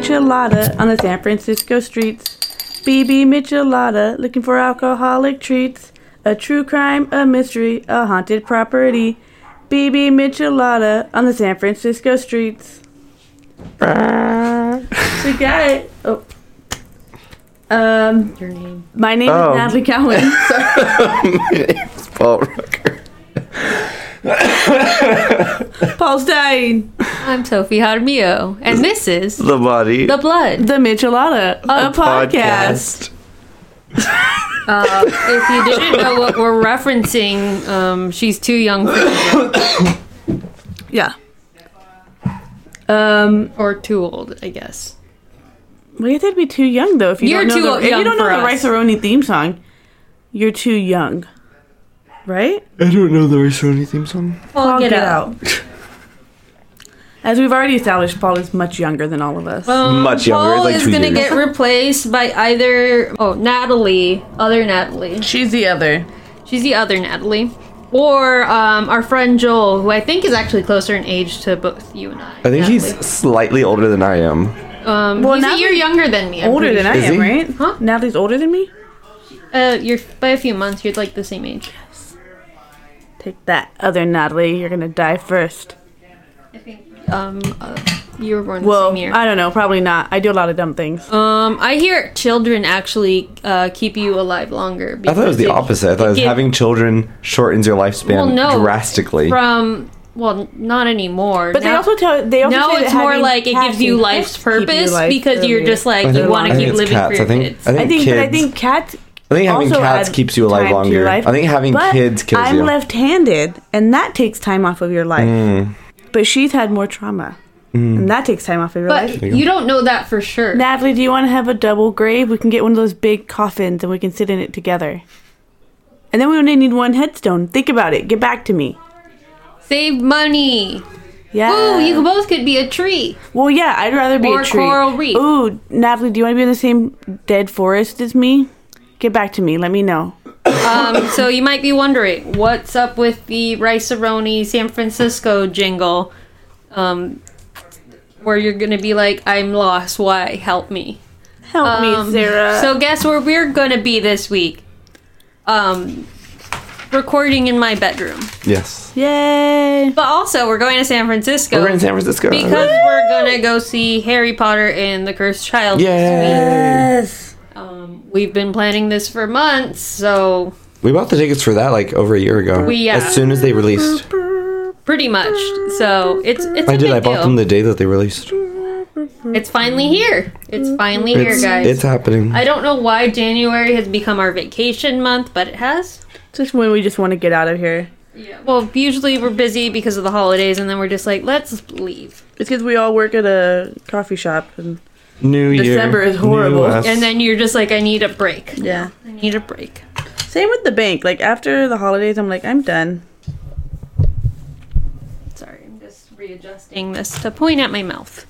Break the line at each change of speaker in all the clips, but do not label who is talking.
pinata on the San Francisco streets. BB Michelada looking for alcoholic treats. A true crime, a mystery, a haunted property. BB Michelada on the San Francisco streets. we got it. Oh. Um,
Your name.
my name
Oh.
is Natalie Cowan. Sorry.
it's Paul Rucker.
Paul Stein.
I'm Sophie Jaramillo, and this is
The body.
The Blood.
The Michelada, a, podcast.
Uh, if you didn't know what we're referencing, um, she's too young for you,
Yeah. Um,
or too old, I guess.
well, you would be too young though. If you
You're
don't know the,
too
if you
young
don't know
for
the
us.
Rice Aroni theme song, you're too young, right?
I don't know the Risoni theme song.
Paul, out. As we've already established, Paul is much younger than all of us.
Um,
Much younger,
Paul
like
is
two
gonna
years.
get replaced by either oh Natalie, other Natalie.
She's the other.
She's the other Natalie, or um, our friend Joel, who I think is actually closer in age to both you and I.
I think he's slightly older than I am.
um,
Well,
he's a
Natalie-
year younger than me. I'm
Older
pretty
than I
Is
am,
he?
right?
Huh?
Natalie's older than me.
sure. Uh, you're by a few months. You're like the same age.
Take that, other Natalie. You're gonna die first.
I think um, uh, you were born the
Well,
same year.
I don't know. Probably not. I do a lot of dumb things.
um, I hear children actually uh, keep you alive longer.
I thought it was the
because they-
opposite. I thought it was
give-
having children shortens your lifespan
Well, no.
drastically.
from well, n- not anymore.
But they
Now-
also tell they also
no,
say that
it's more
having
like it gives
cats
you
and
life's
pets keep you
purpose
life
because you're
earlier.
just like
I
you
think-
want
I
to
think
keep
it's
living
cats.
for your
I think,
kids.
I think,
I think,
kids,
but I think cats.
I think having
also
cats
add
keeps you alive
time to your
longer.
life.
I think having
But
kids kills
I'm
you.
left-handed, and that takes time off of your life.
Mm.
But she's had more trauma, and that takes time off of your life.
But you don't know that for sure.
Natalie, do you want to have a double grave? We can get one of those big coffins, and we can sit in it together. And then we only need one headstone. Think about it. Get back to me.
Save money.
Yeah.
Ooh, you both could be a tree.
well, yeah. I'd rather be
Or
a tree.
coral reef.
Ooh, Natalie, do you want to be in the same dead forest as me? Get back to me. Let me know.
Um, so you might be wondering what's up with the Rice Aroni San Francisco jingle, um, where you're gonna be like, "I'm lost. Why? Help me."
Help
Um,
me, Sarah.
So guess where we're gonna be this week? Um, recording in my bedroom.
yes.
Yay.
But also, we're going to San Francisco.
We're in San Francisco.
because we're gonna go see Harry Potter and the Cursed Child.
Yay.
Yes.
Um, we've been planning this for months, so
We bought the tickets for that like over a year ago.
We, yeah.
As soon as they released.
pretty much. So it's it's a
I did.
big
I bought
deal.
them the day that they released.
It's finally here. It's finally
It's,
here, guys.
it's happening.
I don't know why January has become our vacation month, but it has.
Just when we just want to get out of here.
Yeah. Well, usually we're busy because of the holidays, and then we're just like, let's leave.
It's because we all work at a coffee shop and
New year.
December is
new
horrible.
us.
And then you're just like, I need a break.
yeah.
I need a break.
Same with the bank. Like after the holidays, I'm like, I'm done.
Sorry, I'm just readjusting this to point at my mouth.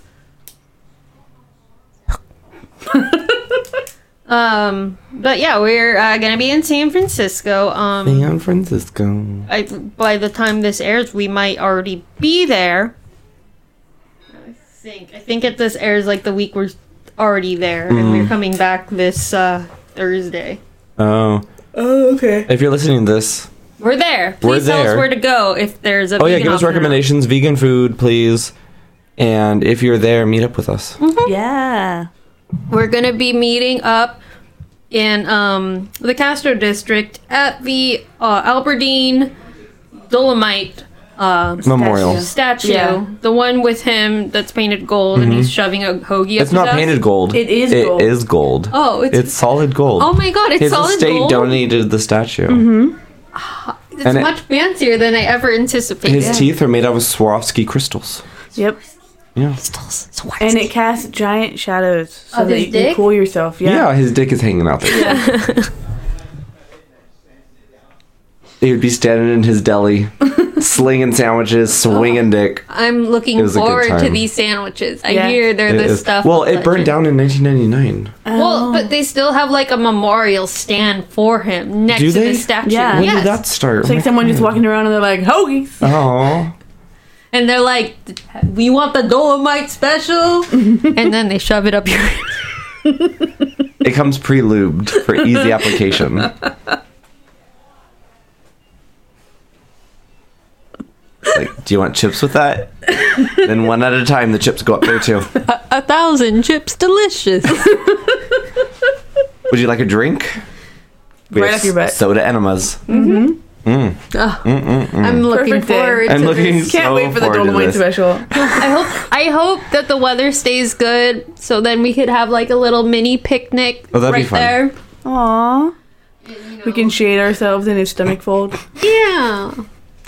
um, but yeah, we're uh, gonna be in San Francisco. Um,
San Francisco.
I, by the time this airs, we might already be there. I think. I think if this airs like the week we're already there, and we're coming back this uh, Thursday.
Oh,
Oh, okay.
if you're listening to this,
We're there. Please
We're
tell us
there.
where to go if there's a.
oh yeah,
vegan
give us
option or not.
recommendations. Vegan food, please. And if you're there, meet up with us.
Yeah.
We're gonna be meeting up in um, the Castro district at the uh, Albertine Dolomite uh,
Memorial.
Yes.
statue,
Yeah.
the one with him that's painted gold and he's shoving a hoagie. up
Mm-hmm. It's not
his ass.
painted gold.
It is gold.
It is gold.
Oh, it's,
It's solid gold.
oh my god, it's
His
solid
estate
gold. Mm-hmm.
donated the statue.
it's
and it-
much fancier than I ever anticipated.
His teeth are made out of Swarovski crystals.
Yep.
Yeah.
And it casts giant shadows so
Of
that
his
you
dick?
can cool yourself.
yeah.
Yeah.
his dick is hanging out there. he would be standing in his deli, slinging sandwiches, swinging dick.
I'm
It
looking
was a good
forward to
time.
these sandwiches. I
Yeah.
hear they're
It
the
is-
stuff.
Well,
of
it burned
legend.
down in 1999.
Oh.
Well, but they still have like a memorial stand for him next
Do
to
they?
the statue.
Yeah.
When
Yes.
did that start?
It's like someone just walking around and they're like, hoagies.
Oh,
and they're like, "We want the Dolomite special," and then they shove it up your.
It comes pre lubed for easy application. like, do you want chips with that? then one at a time, the chips go up there too.
A thousand chips, delicious.
Would you like a drink? We
Right
have
up your butt.
Soda enemas.
I'm looking
Perfect day.
forward.
Mm. I'm
to
looking
This.
Can't
so
wait for the
forward to
Dolomite
this.
special.
I hope I hope that the weather stays good, so then we could have like a little mini picnic
Oh, that'd be
right
fun.
there.
Aww. We can shade ourselves in a stomach fold.
Yeah.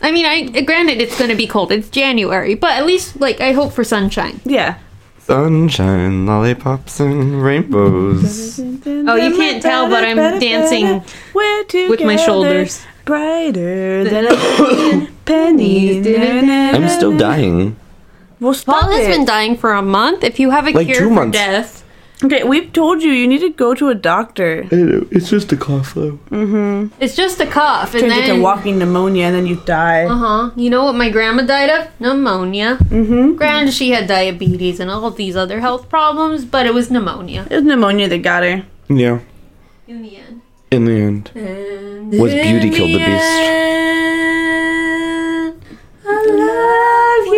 I mean, I granted it's going to be cold. It's January, but at least like I hope for sunshine.
Yeah.
Sunshine, lollipops, and rainbows.
Oh,
you can't tell, but I'm dancing
with
my shoulders.
Brighter than a million pennies.
I'm still dying.
Well, stop
Paul has
it.
been dying for a month. If you have a
Like
cure
two
for
months.
death,
okay, we've told you you need to go to a doctor.
It's just a cough, though.
it's just a cough, and
Turns into
then
walking pneumonia, and then you die.
uh huh. You know what my grandma died of? Pneumonia. Mm-hmm. Granted, she had diabetes and all of these other health problems, but it was pneumonia
It was pneumonia that got her.
Yeah,
in the end.
in the end.
And
Was beauty
in
killed the beast?
end, I love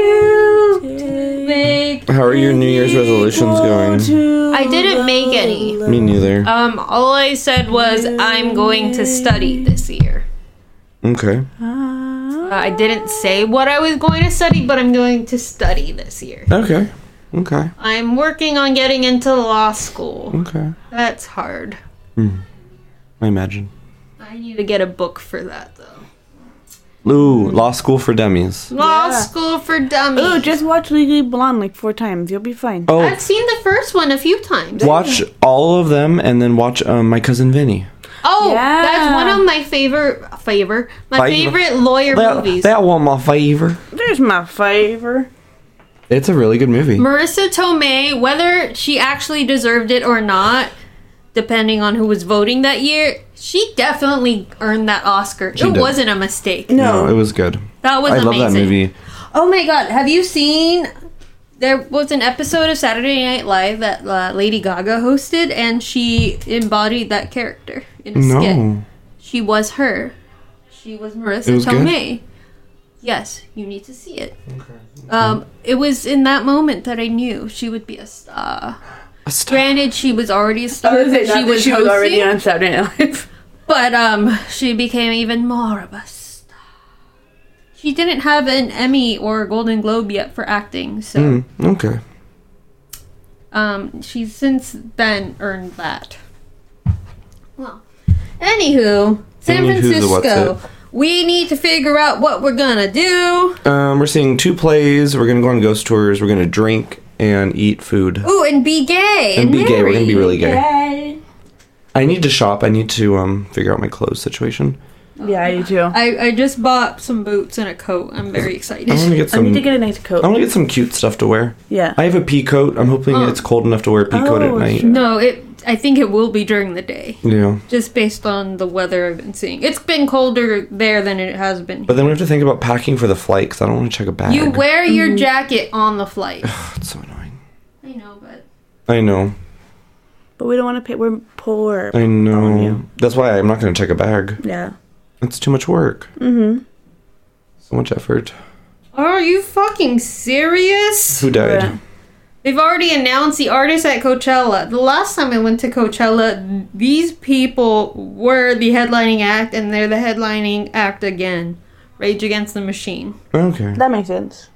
you. Make
How are your New Year's resolutions going?
Mm-hmm.
I didn't make any.
Me neither.
Uh,
Um, all I said was I'm going to study this year.
Okay.
Ah.
Uh, I didn't say what I was going to study, but I'm going to study this year.
Okay. Okay.
I'm working on getting into law school.
Okay.
That's hard.
I imagine.
I need to get a book for that though.
Ooh, law school for dummies.
Law
Yeah.
school for dummies.
Ooh, just watch Legally Blonde like four times. You'll be fine.
Oh,
I've seen the first one a few times.
watch all of them and then watch um, my cousin Vinny.
Oh,
Yeah.
that's one of my favorite favor my
Favor.
favorite lawyer
That,
movies.
that one my favor.
There's my favor.
It's a really good movie.
Marissa Tomei, whether she actually deserved it or not, depending on who was voting that year, she definitely earned that Oscar. it
did.
wasn't a mistake.
No, it was good.
That was
I
amazing.
love that movie.
Oh my god, have you seen? There was an episode of Saturday Night Live that uh, Lady Gaga hosted, and she embodied that character in a skit.
No.
She was her. She was Marissa
It was good?
Tomei. Yes, you need to see it. Um, it was in that moment that I knew she would be a star. Granted, she was already a star.
Not
but
that
she was,
she was already
hosting,
on Saturday Night Live.
but um, she became even more of a star. She didn't have an Emmy or a Golden Globe yet for acting, so
Mm, okay.
um, she's since then earned that. Well, anywho, San
Anywho's the what's
Francisco. We need to figure out what we're gonna do.
Um, we're seeing two plays. We're gonna go on ghost tours. We're gonna drink and eat food
Ooh, and be gay.
and be gay. We're gonna be
married.
really gay. I need to shop. I need to um figure out my clothes situation.
Yeah, I do too.
Oh. I, I just bought some boots and a coat. I'm very excited.
I want to get
I
some.
need to get a nice coat.
I want to get some cute stuff to wear.
yeah.
I have a pea coat. I'm hoping it's cold enough to wear a pea coat at
Oh,
night.
sure.
No, it. I think it will be during the day,
Yeah.
just based on the weather I've been seeing. It's been colder there than it has been.
But then we have to think about packing for the flight because I don't want to check a bag.
you wear your jacket on the flight.
That's so annoying.
I know, but
I know.
but we don't want to pay. We're poor.
Oh,
I know.
you.
That's why I'm not going to check a bag.
yeah.
It's too much work. Mm-hmm. So much effort.
are you fucking serious?
Who died?
Yeah.
They've already announced the artists at Coachella. The last time I went to Coachella, these people were the headlining act, and they're the headlining act again. Rage Against the Machine.
Okay.
That makes sense.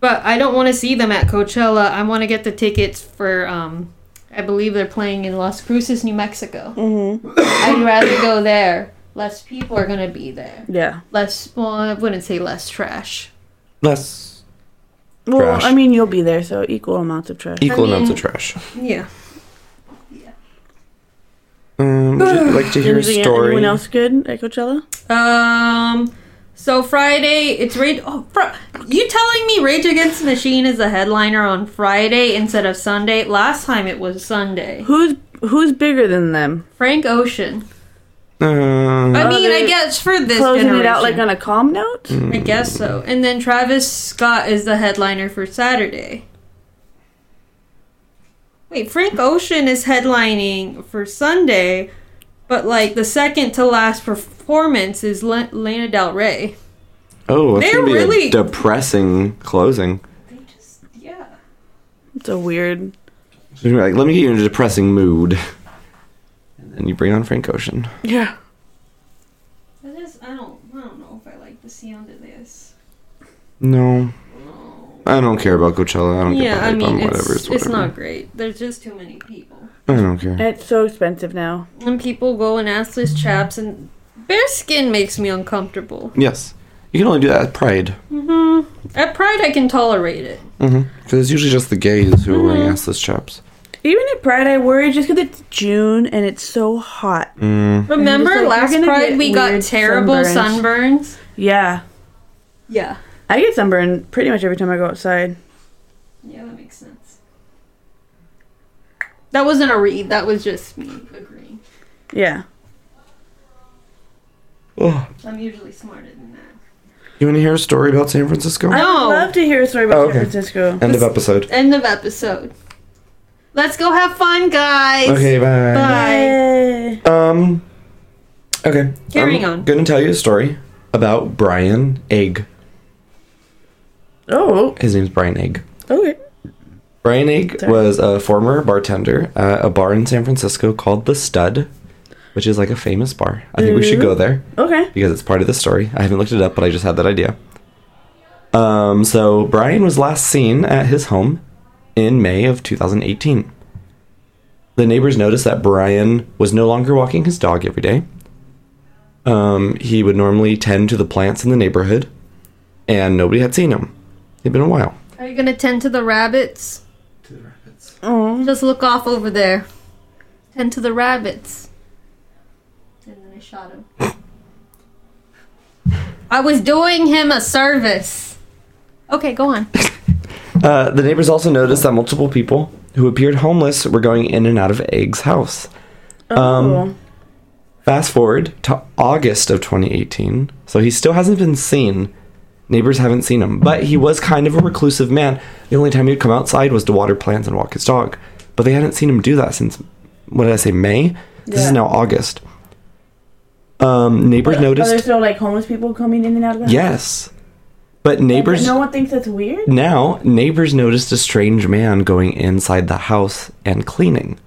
But I don't want to see them at Coachella. I want to get the tickets for, um, I believe they're playing in Las Cruces, New Mexico.
Mm-hmm.
I'd rather go there. Less people are going to be there.
Yeah.
Less, well, I wouldn't say less trash.
Less
Well,
Trash.
I mean, you'll be there, so equal amounts of trash.
equal
mean-
amounts of trash.
Yeah.
Um, would you like to hear a
Anything-
story?
Anyone else good at Coachella?
Um. So Friday, it's Rage. Oh, fr- you telling me Rage Against the Machine is the headliner on Friday instead of Sunday? Last time it was Sunday.
Who's who's bigger than them?
Frank Ocean.
Uh,
I mean, I
they-
guess for this
Closing it out like
generation.
on a calm note.
Mm.
I guess so. And then Travis Scott is the headliner for Saturday. Wait, Frank Ocean is headlining for Sunday, but like the second to last performance is Le- Lana Del Rey.
oh, it's
They're
gonna be
really-
a depressing closing.
They just, yeah.
It's a weird.
She's gonna be like, let me get you in a depressing mood, and then you bring on Frank Ocean.
Yeah.
That is, I don't, I don't know if I like the sound of this.
No, I don't care about Coachella. I don't
Yeah,
get
I
hype on
mean,
whatever.
it's,
It's,
it's
whatever.
not great. There's just too many people.
I don't care.
It's so expensive now.
And people go in assless chaps, and bare skin makes me uncomfortable.
Yes, you can only do that at Pride.
hmm At Pride, I can tolerate it.
Mm-hmm. Because it's usually just the gays who are wearing assless chaps.
Even at Pride, I worry just because it's June and it's so hot.
Mm.
Remember
like,
last
you're gonna
Pride,
get
we got
weird
terrible sunburns.
sunburns. Yeah.
Yeah.
I get sunburned pretty much every time I go outside.
Yeah, that makes sense. That wasn't a read. That was just me agreeing.
Yeah.
Ugh.
I'm usually smarter than that.
You want to hear a story about San Francisco?
I
No.
would love to hear a story about
Oh, okay.
San Francisco.
End of episode.
End of episode. Let's go have fun, guys.
Okay, bye.
Bye.
Yay.
Um. Okay.
Carrying
I'm
on.
Gonna tell you a story about Brian Egg.
Oh,
His name's Brian Egg.
okay.
Brian Egg
Sorry.
was a former bartender at a bar in San Francisco called The Stud, which is like a famous bar. I think we should go there
Okay.
because it's part of the story. I haven't looked it up, but I just had that idea. Um, so Brian was last seen at his home in May of 2018. The neighbors noticed that Brian was no longer walking his dog every day. Um, he would normally tend to the plants in the neighborhood, and nobody had seen him. It'd been a while.
Are you gonna tend to the rabbits?
Oh.
Just look off over there. Tend to the rabbits. And then I shot him. I was doing him a service. Okay, go on.
Uh, the neighbors also noticed that multiple people who appeared homeless were going in and out of Egg's house. Um,
Oh.
Fast forward to August of 2018. So he still hasn't been seen. Neighbors haven't seen him, but he was kind of a reclusive man. The only time he'd come outside was to water plants and walk his dog. But they hadn't seen him do that since, what did I say, May? This
Yeah.
is now August. Um, neighbors
Are there
noticed.
still like homeless people coming in and out of the house?
Yes. But
But
neighbors.
No one thinks that's weird.
Now, neighbors noticed a strange man going inside the house and cleaning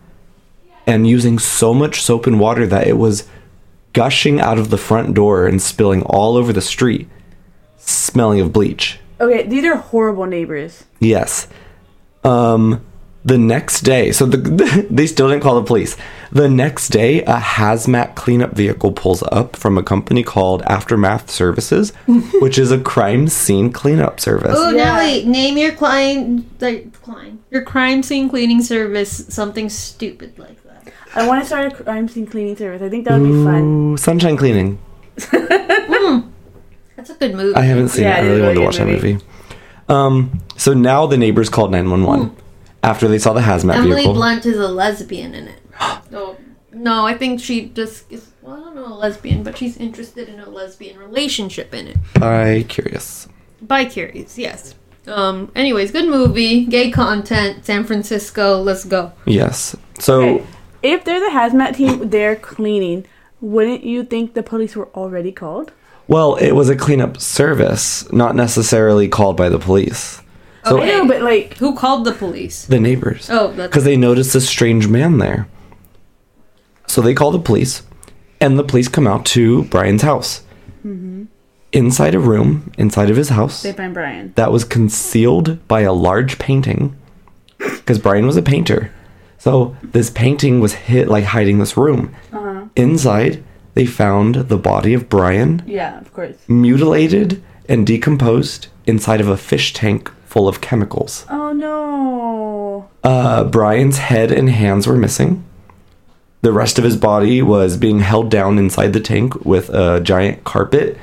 and using so much soap and water that it was gushing out of the front door and spilling all over the street, smelling of bleach.
Okay, these are horrible neighbors.
Yes. Um the next day, so the, they still didn't call the police. The next day, a hazmat cleanup vehicle pulls up from a company called Aftermath Services, which is a crime scene cleanup service.
Oh,
Yeah.
Nelly, name your client, like, client, your crime scene cleaning service something stupid like that.
I want to start a crime scene cleaning service. I think that would be fun.
Ooh, sunshine cleaning.
That's a good movie.
I haven't seen
Yeah,
it.
it
I
is
really
a
wanted to
really
watch
good
that movie. Um, so now the neighbors called 911
Mm.
after they saw the hazmat
Emily
vehicle.
Blunt is a lesbian in it. no, no, I think she just is. Well, I don't know a lesbian, but she's interested in a lesbian relationship in it.
I curious.
By Curious, yes. Um. Anyways, good movie. Gay content. San Francisco. Let's go.
Yes. So
Okay. If there's a hazmat team there cleaning, wouldn't you think the police were already called?
well, it was a cleanup service, not necessarily called by the police. So
I know, but like,
Who called the police?
the neighbors.
Oh, that's
because they noticed a strange man there. So they call the police, and the police come out to Brian's house.
Mm-hmm.
Inside a room, inside of his house,
they find Brian.
that was concealed by a large painting because Brian was a painter. So this painting was hit like hiding this room. Inside, they found the body of Brian
Yeah, of course.
mutilated and decomposed inside of a fish tank full of chemicals.
Oh no.
Uh, Brian's head and hands were missing. The rest of his body was being held down inside the tank with a giant carpet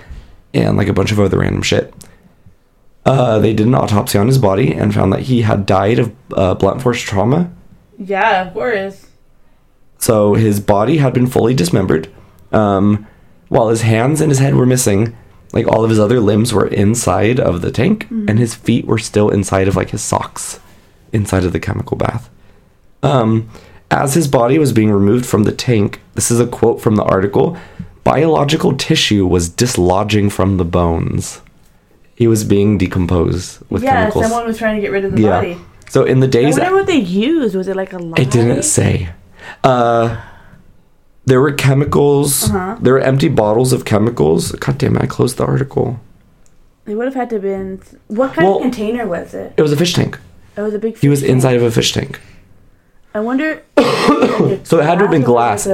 and like a bunch of other random shit. Uh, they did an autopsy on his body and found that he had died of uh, blunt force trauma.
Yeah, of course.
So his body had been fully dismembered. Um, while his hands and his head were missing, like all of his other limbs were inside of the tank,
Mm-hmm.
and his feet were still inside of like his socks, inside of the chemical bath. Um, as his body was being removed from the tank, this is a quote from the article biological tissue was dislodging from the bones. He was being decomposed with
yeah,
chemicals.
someone was trying to get rid of the
yeah.
body.
So in the
I
days
wonder what they used. Was it like a lie?
it didn't say. Uh, there were chemicals.
Uh-huh.
There were empty bottles of chemicals. God damn it! I closed the article.
It would have had to have been. What kind
Well-
of container was it?
It was a fish tank.
It was a big.
He was
fish tank.
inside of a fish tank.
I wonder.
So it had to have been glass.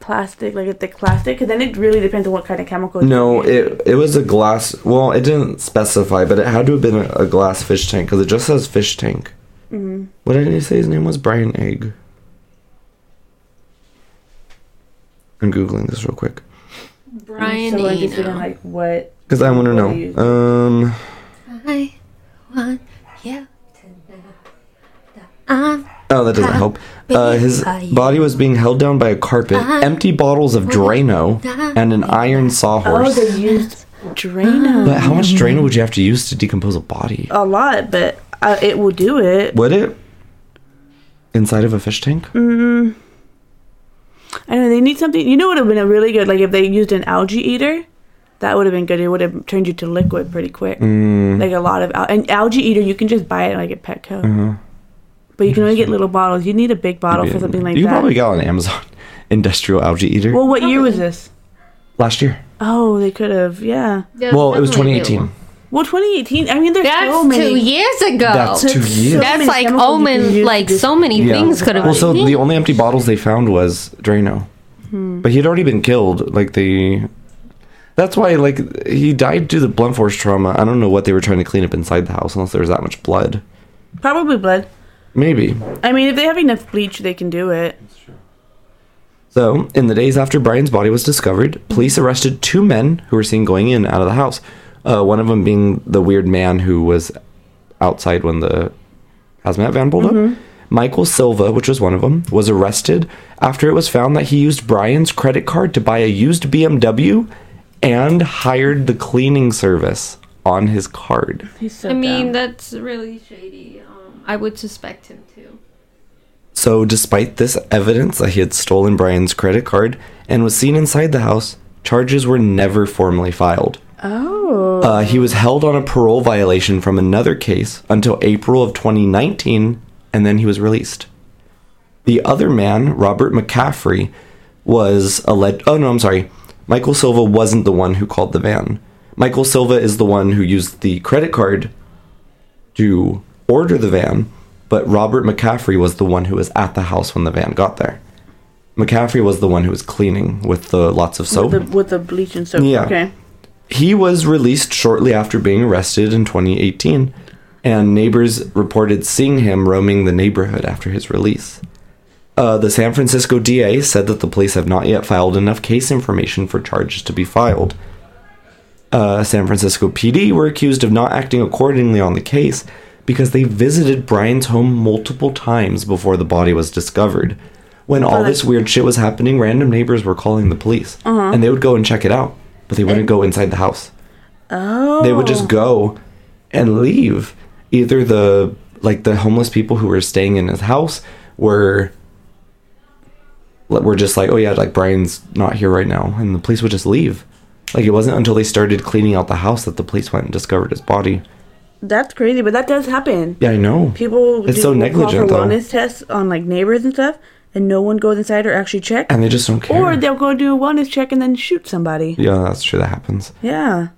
plastic, like a thick plastic, because then it really depends on what kind of chemical.
No,
you use.
it it was a glass. Well, it didn't specify, but it had to have been a, a glass fish tank because it just says fish tank.
Mm-hmm.
What did he say his name was? Brian Egg. I'm googling this real quick
Brian
I'm so interested in
Eno.
like what.
because I want to
What do you-
know. Um,
I want you to know that I'm
oh, that doesn't help. Uh, his body was being held down by a carpet, empty bottles of Drano, and an iron
Oh, they
sawhorse.
used Drano.
But how much Drano would you have to use to decompose a body?
A lot, but uh, it will do it.
Would it? Inside of a fish tank?
I know they need something. You know, would have been a really good like if they used an algae eater. That would have been good. It would have turned you to liquid pretty quick.
Mm.
Like a lot of al- an algae eater, you can just buy it like at Petco.
Uh-huh.
But you can only get little bottles. You need a big bottle for something like
you
that.
probably got on Amazon industrial algae eater
well, what year was this?
last year.
Oh, they could have. Yeah.
Yeah,
Well, it was
definitely
2018.
do.
Well, 2018. I mean, there's
That's
so many.
two years ago.
That's two
so
years.
That's
many
like
chemicals you can
omen.
use
Like
to
so many
Yeah.
things could have.
Well, so the only empty bottles they found was Drano, but he had already been killed. Like they, that's why like he died due to blunt force trauma. I don't know what they were trying to clean up inside the house, unless there was that much blood.
Probably blood.
Maybe.
I mean, if they have enough bleach, they can do it.
So, in the days after Brian's body was discovered, police arrested two men who were seen going in and out of the house. Uh, one of them being the weird man who was outside when the hazmat van pulled up. Michael Silva, which was one of them, was arrested after it was found that he used Brian's credit card to buy a used BMW and hired the cleaning service on his card.
He's so
I
dumb.
mean, that's really shady. Um, I would suspect him too.
So, despite this evidence that he had stolen Brian's credit card and was seen inside the house, charges were never formally filed.
oh,
Uh, he was held on a parole violation from another case until April of 2019, and then he was released. The other man, Robert McCaffrey, was alleged. Oh no, I'm sorry. Michael Silva wasn't the one who called the van. Michael Silva is the one who used the credit card to order the van, but Robert McCaffrey was the one who was at the house when the van got there. McCaffrey was the one who was cleaning with the lots of soap.
with the, with the bleach and soap.
Yeah.
Okay.
He was released shortly after being arrested in 2018, and neighbors reported seeing him roaming the neighborhood after his release. Uh, the San Francisco DA said that the police have not yet filed enough case information for charges to be filed. Uh, San Francisco PD were accused of not acting accordingly on the case because they visited Brian's home multiple times before the body was discovered. When all this weird shit was happening, random neighbors were calling the police, and they would go and check it out, but they wouldn't go inside the house
Oh.
they would just go and leave either the like the homeless people who were staying in his house were were just like oh yeah like brian's not here right now and the police would just leave like it wasn't until they started cleaning out the house that the police went and discovered his body
That's crazy, but that does happen.
yeah i know
People
It's
do
so
call
negligent,
for
though.
wellness tests on like neighbors and stuff, and no one goes inside or actually check.
and they just don't care
Or they'll go do a wellness check and then shoot somebody.
yeah that's true that happens Hmm,
Yeah.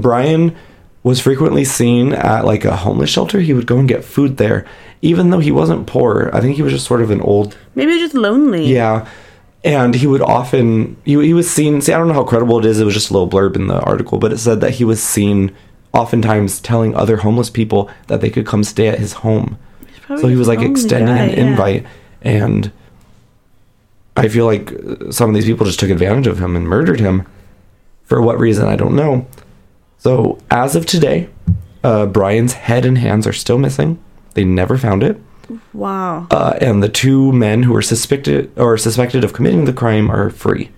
Brian was frequently seen at like a homeless shelter. He would go and get food there, even though he wasn't poor. I think he was just sort of an old
Maybe they're just lonely.
Yeah. And he would often he, he was seen see I don't know how credible it is, it was just a little blurb in the article, but it said that he was seen oftentimes telling other homeless people that they could come stay at his home.
Probably
So he was
just
like
lonely
extending
guy,
an
yeah.
invite and I feel like uh, some of these people just took advantage of him and murdered him. For what reason, I don't know. So, as of today, uh, Brian's head and hands are still missing. They never found it.
Wow.
uh, and the two men who were suspected or suspected of committing the crime are free.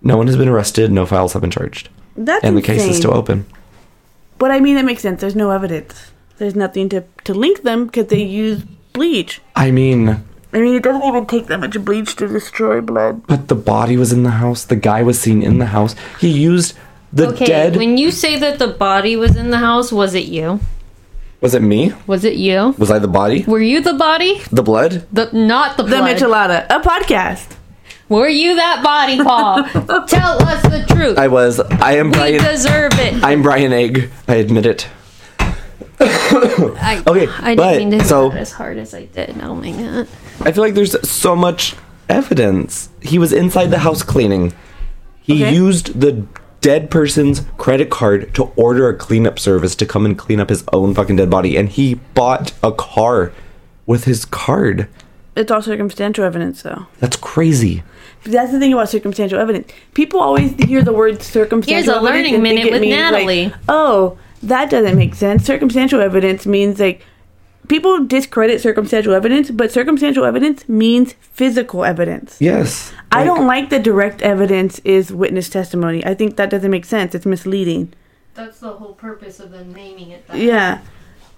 No one has been arrested. No files have been charged,
That's
and the
insane.
case is still open.
But I mean, that makes sense. There's no evidence. There's nothing to, to link them because they use bleach.
I mean,
I mean, it doesn't even take that much bleach to destroy blood.
but the body was in the house. The guy was seen in the house. He used the
Okay,
dead.
when you say that the body was in the house, was it you?
was it me?
Was it you?
Was I the body?
Were you the body?
The blood?
The not the,
The
blood.
Michelada, a podcast.
Were you that body, Paul? Tell us the truth.
I was. I am
we
Brian.
deserve it.
I'm Brian Egg. I admit it.
I,
Okay,
I didn't
but-
mean to hit
so-
that as hard as I did. Oh my god.
I feel like there's so much evidence. He was inside the house cleaning. He
Okay.
used the dead person's credit card to order a cleanup service to come and clean up his own fucking dead body, and he bought a car with his card.
It's all circumstantial evidence, though.
That's crazy.
That's the thing about circumstantial evidence. People always hear the word circumstantial
Here's a
evidence
learning
and think
minute
it
with
means, like,
Natalie.
oh, that doesn't make sense. Circumstantial evidence means like people discredit circumstantial evidence, but circumstantial evidence means physical evidence.
Yes.
I don't like that direct evidence is witness testimony. I think that doesn't make sense. It's misleading.
That's the whole purpose of them naming it. That.
Yeah.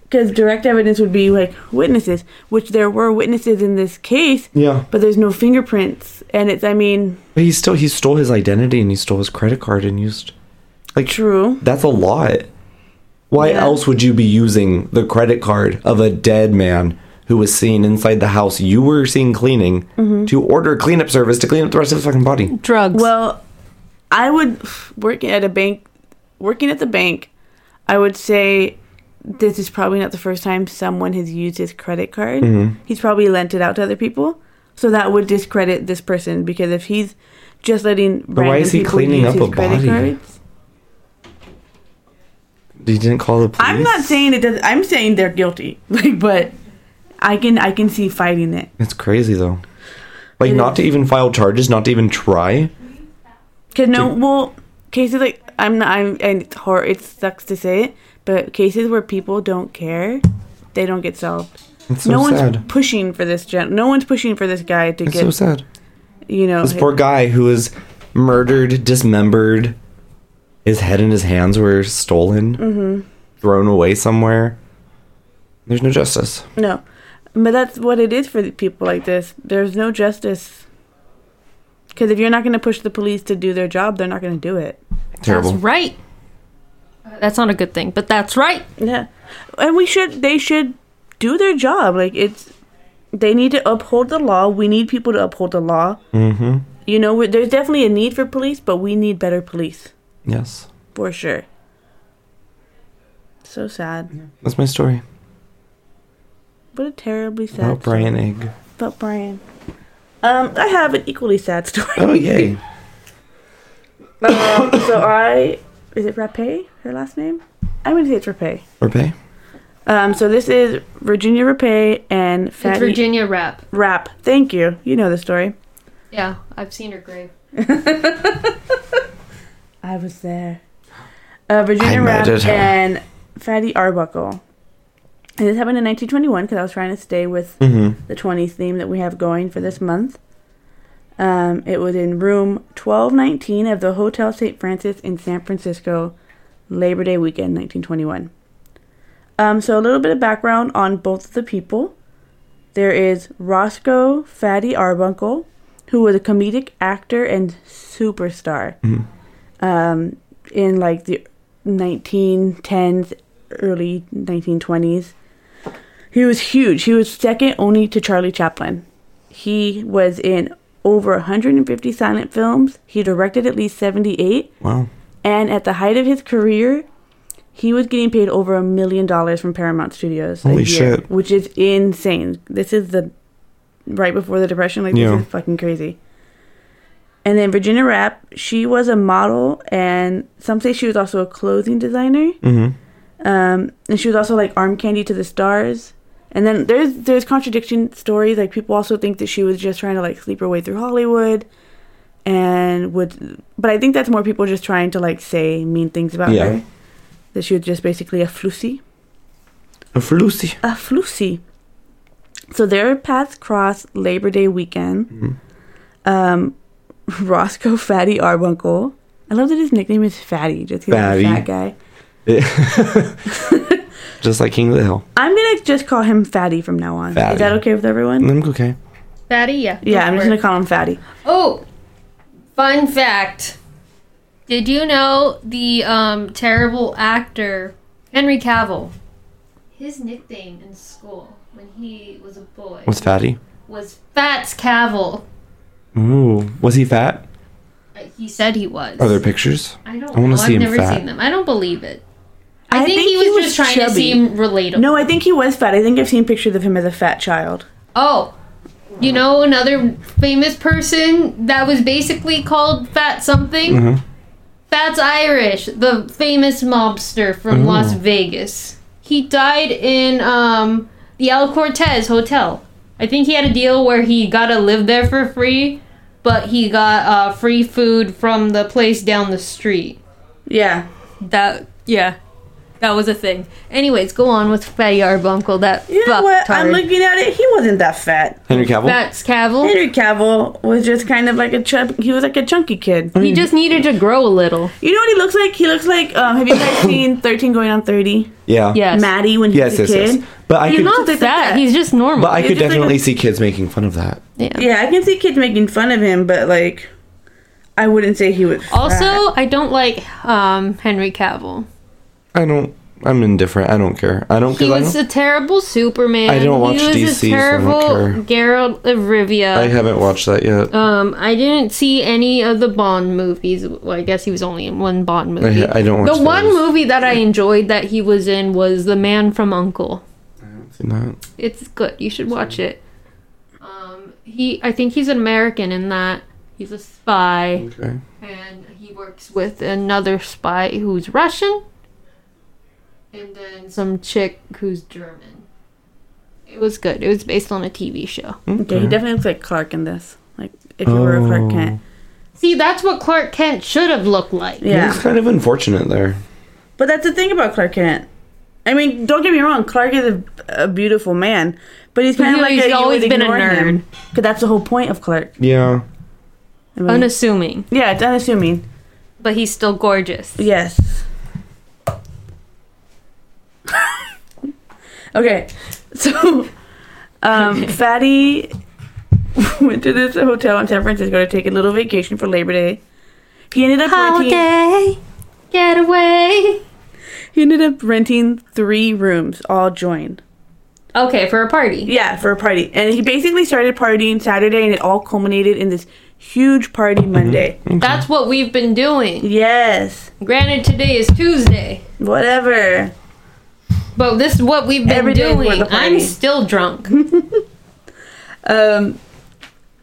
Because direct evidence would be like witnesses, which there were witnesses in this case,
Yeah.
but there's no fingerprints. And it's, I mean,
But he still he stole his identity and he stole his credit card and used like
true.
That's a lot. Why
Yeah.
else would you be using the credit card of a dead man who was seen inside the house you were seen cleaning
Mm-hmm.
to order a cleanup service to clean up the rest of his fucking body?
Drugs.
Well, I would, working at a bank, working at the bank, I would say this is probably not the first time someone has used his credit card.
Mm-hmm.
He's probably lent it out to other people. So that would discredit this person because if he's just letting
why
random
is he
people
cleaning
use
up
his
a
credit
body?
cards,
He didn't call the police.
I'm not saying it does. I'm saying they're guilty. Like, but I can I can see fighting it
it's crazy though. Like
It
not
is.
to even file charges, not to even try.
because no, well, cases like I'm not. I'm and it's hor. It sucks to say it, but cases where people don't care, they don't get solved.
It's so
no
sad.
one's pushing for this gen. No one's pushing for this guy to
It's
get
so sad.
you know.
This poor guy who was murdered, dismembered, his head and his hands were stolen,
Mm-hmm.
thrown away somewhere. There's no justice.
No, but that's what it is for the people like this. There's no justice. Because if you're not going to push the police to do their job, they're not going to do it.
Terrible.
That's right. That's not a good thing, but that's right.
Yeah, and we should. They should do their job. Like it's, they need to uphold the law. We need people to uphold the law. Mm-hmm. You know, we- there's definitely a need for police, but we need better police
Yes.
for sure. So sad.
That's my story
What a terribly sad.
about Brian Egg.
story. About Brian. Um, I have an equally sad story.
Oh yay!
Um, so I is it Rappe? Her last name? I'm gonna say it's Rappe.
Repay.
Um, so this is Virginia Rappe and
It's
Fatty
Virginia rap.
Rap. Thank you. You know the story.
Yeah, I've seen her grave.
I was there. Uh, Virginia
I
Rapp
murdered her.
and Fatty Arbuckle. And this happened in 1921 because I was trying to stay with
Mm-hmm.
the 20s theme that we have going for this month. Um, it was in room 1219 of the Hotel St. Francis in San Francisco, Labor Day weekend, 1921. Um, so, a little bit of background on both of the people. There is Roscoe Fatty Arbuckle, who was a comedic actor and superstar
Mm-hmm.
um, in like the 1910s, early 1920s. He was huge. He was second only to Charlie Chaplin. He was in over 150 silent films. He directed at least 78.
Wow.
And at the height of his career, he was getting paid over a million dollars from Paramount Studios. a
Holy
year,
shit.
Which is insane. This is the right before the Depression. Like,
Yeah.
this is fucking crazy. And then Virginia Rapp, she was a model, and some say she was also a clothing designer.
Mm-hmm.
Um, and she was also like arm candy to the stars. And then there's there's contradiction stories. Like people also think that she was just trying to like sleep her way through Hollywood, and would. But I think that's more people just trying to like say mean things about
Yeah.
her. That she was just basically a floozy,
A Lucy.
a floozy. So their paths cross Labor Day weekend.
Mm-hmm.
Um, Roscoe Fatty Arbuncle. I love that his nickname is Fatty, just 'cause
Fatty.
he's a fat guy.
Just like King of the Hill.
I'm gonna just call him Fatty from now on.
Fatty.
Is that okay with everyone?
I'm okay.
Fatty, yeah.
Yeah, I'm
go
just
for
gonna
it.
call him Fatty.
Oh, fun fact. Did you know the um, terrible actor Henry Cavill? His nickname in school when he was a boy
Was fatty?
was Fats Cavill.
Ooh. Was he fat?
Uh, He said he was.
Are there pictures?
I don't.
I wanna
know.
see
I've
him
never
fat.
seen them. I don't believe it. I,
I
think,
think
he was,
he was
just trying to
chubby.
seem relatable.
No, I think he was fat. I think I've seen pictures of him as a fat child.
Oh, you know another famous person that was basically called Fat something?
Mm-hmm.
Fat's Irish, the famous mobster from Las Vegas. He died in um, the El Cortez Hotel. I think he had a deal where he got to live there for free, but he got uh, free food from the place down the street.
Yeah.
That, yeah. That was a thing. Anyways, go on with Fatty Arbunkle. That
You know what? I'm
fucktard.
looking at it. He wasn't that fat.
Henry Cavill?
Fats Cavill.
Henry Cavill was just kind of like a chub. He was like a chunky kid.
He just needed to grow a little.
You know what he looks like? He looks like. Um, have you guys seen Thirteen Going on Thirty?
Yeah.
Yes.
Maddie when he
Yes,
was
yes,
a kid.
yes. But I
He's
could
not
Just like
fat.
that.
He's just normal.
but I could
just like a-
definitely see kids making fun of that.
yeah.
Yeah, I can see kids making fun of him, but like, I wouldn't say he was. fat.
Also, I don't like um, Henry Cavill.
I don't I'm indifferent. I don't care. I don't
He
because I
was
don't
a terrible Superman.
I don't watch
he was
DC, so
a
I
terrible
don't
Geralt of Rivia.
I haven't watched that yet.
um, I didn't see any of the Bond movies. Well, I guess he was only in one Bond
I,
movie.
I don't watch
the one
those.
movie that I enjoyed that he was in was The Man from Uncle.
Oh.
Seen that.
It's good. You should watch it. Um, he, I think he's an American in that. He's a spy.
Okay.
and he works with another spy who's Russian, and then some chick who's German. It was good. It was based on a TV show.
okay, he definitely looks like Clark in this. Like, if you were a
Mm-hmm. Oh.
Clark Kent.
See, that's what Clark Kent should have looked like.
It
Yeah,
was kind of unfortunate there.
but that's the thing about Clark Kent. I mean, don't get me wrong, Clark is a, a beautiful man, but he's kind of
He's
like a, you
always
would
been a
ignore
nerd.
him. 'Cause that's the whole point of Clark.
Yeah.
I mean,
Unassuming,
yeah, it's unassuming.
but he's still gorgeous.
Yes. okay, so um, Fatty went to this hotel in San Francisco to take a little vacation for Labor Day. He ended up renting,
Holiday, get away.
he ended up renting three rooms, all joined.
Okay, for a party.
Yeah, for a party, and he basically started partying Saturday, and it all culminated in this huge party Monday.
That's what we've been doing.
Yes,
Granted, today is Tuesday,
whatever.
but this is what we've been
Every day we're at
doing.
the
I'm
party.
still drunk.
Um,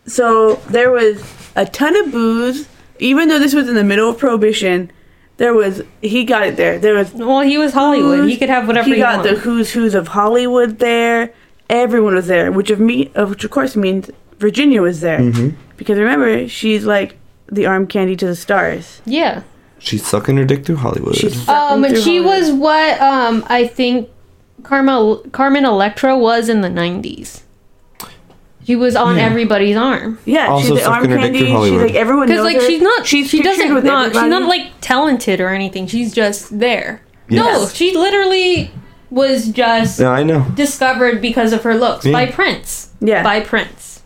so there was a ton of booze. Even though this was in the middle of prohibition, there was he got it there. There was
well, he was Hollywood.
booze.
He could have whatever he,
He got
wants.
the who's who's of Hollywood there. Everyone was there, which of me, of which of course means Virginia was there, because remember she's like the arm candy to the stars.
yeah.
She's sucking her dick through Hollywood.
She's
Um,
sucking through
she
Hollywood.
was what um I think Karma Carmen Electra was in the '90s. She was on everybody's arm
yeah,
also
she's the arm
sucking her dick
candy.
through
She's
Hollywood.
like everyone
because
knows
like
her.
she's not she's she
pictured
doesn't
with
not she's not
everybody.
like talented or anything. She's just there. No,
Yes.
she literally was just
yeah, I know.
discovered because of her looks
Yeah.
by Prince.
yeah
By Prince.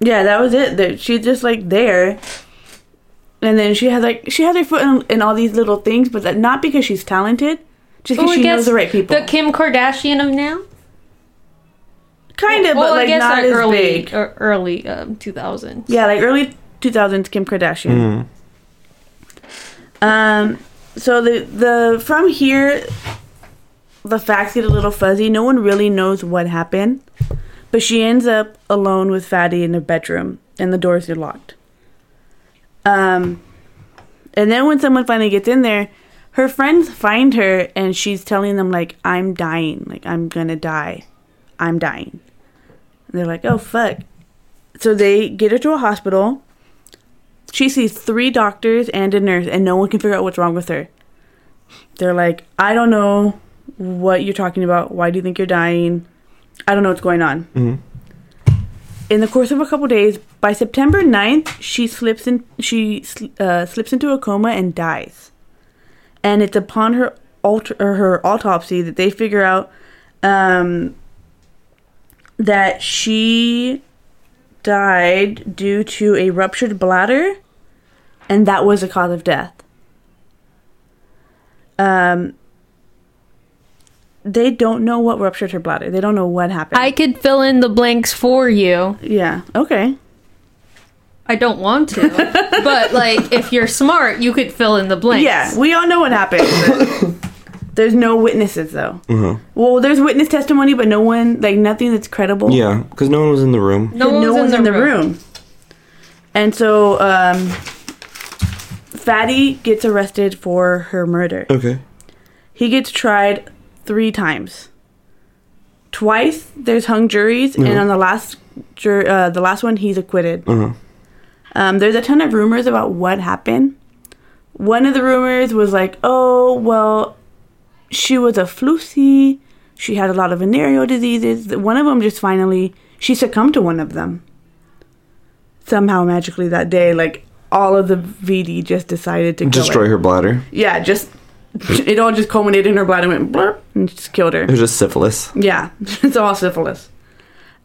Yeah, that was it. That she's just like there, and then she has like she has her foot in, in all these little things, but that not because she's talented, just because
Well, I
she
guess
knows the right people.
The Kim Kardashian of now.
kind of,
well,
but
I
like
guess
not
uh,
as
early
big.
or early um, 2000s.
Yeah, like early two thousands Kim Kardashian.
Mm.
Um, so the the from here, the facts get a little fuzzy. No one really knows what happened, but she ends up alone with Fatty in a bedroom, and the doors are locked. Um, and then when someone finally gets in there, her friends find her, and she's telling them like, "I'm dying. Like I'm gonna die. I'm dying." And they're like, "Oh fuck." So they get her to a hospital. She sees three doctors and a nurse, and no one can figure out what's wrong with her. They're like, I don't know what you're talking about. Why do you think you're dying? I don't know what's going on.
mm.
In the course of a couple days, by September 9th, she slips in. She sl- uh, slips into a coma and dies. And it's upon her alter- or her autopsy that they figure out um, that she died due to a ruptured bladder, and that was the cause of death. Um, they don't know what ruptured her bladder. They don't know what happened.
I could fill in the blanks for you.
yeah. Okay.
I don't want to, but like if you're smart, you could fill in the blanks.
Yeah, we all know what happened. there's no witnesses though. Well, there's witness testimony, but no one like nothing that's credible.
Yeah, because no one was in the room.
no,
no,
one's, in, the room.
And so, um, Fatty gets arrested for her murder.
Okay.
He gets tried three times. Twice there's hung juries,
Uh-huh.
and on the last jur- uh, the last one he's acquitted. Um, there's a ton of rumors about what happened. One of the rumors was like, "Oh, well, she was a floozy. She had a lot of venereal diseases. One of them just finally she succumbed to one of them. Somehow magically that day, like all of the VD just decided to kill
Destroy her bladder.
yeah, just it all just culminated in her bladder went blurp and just killed her.
It was just syphilis.
Yeah, it's all syphilis.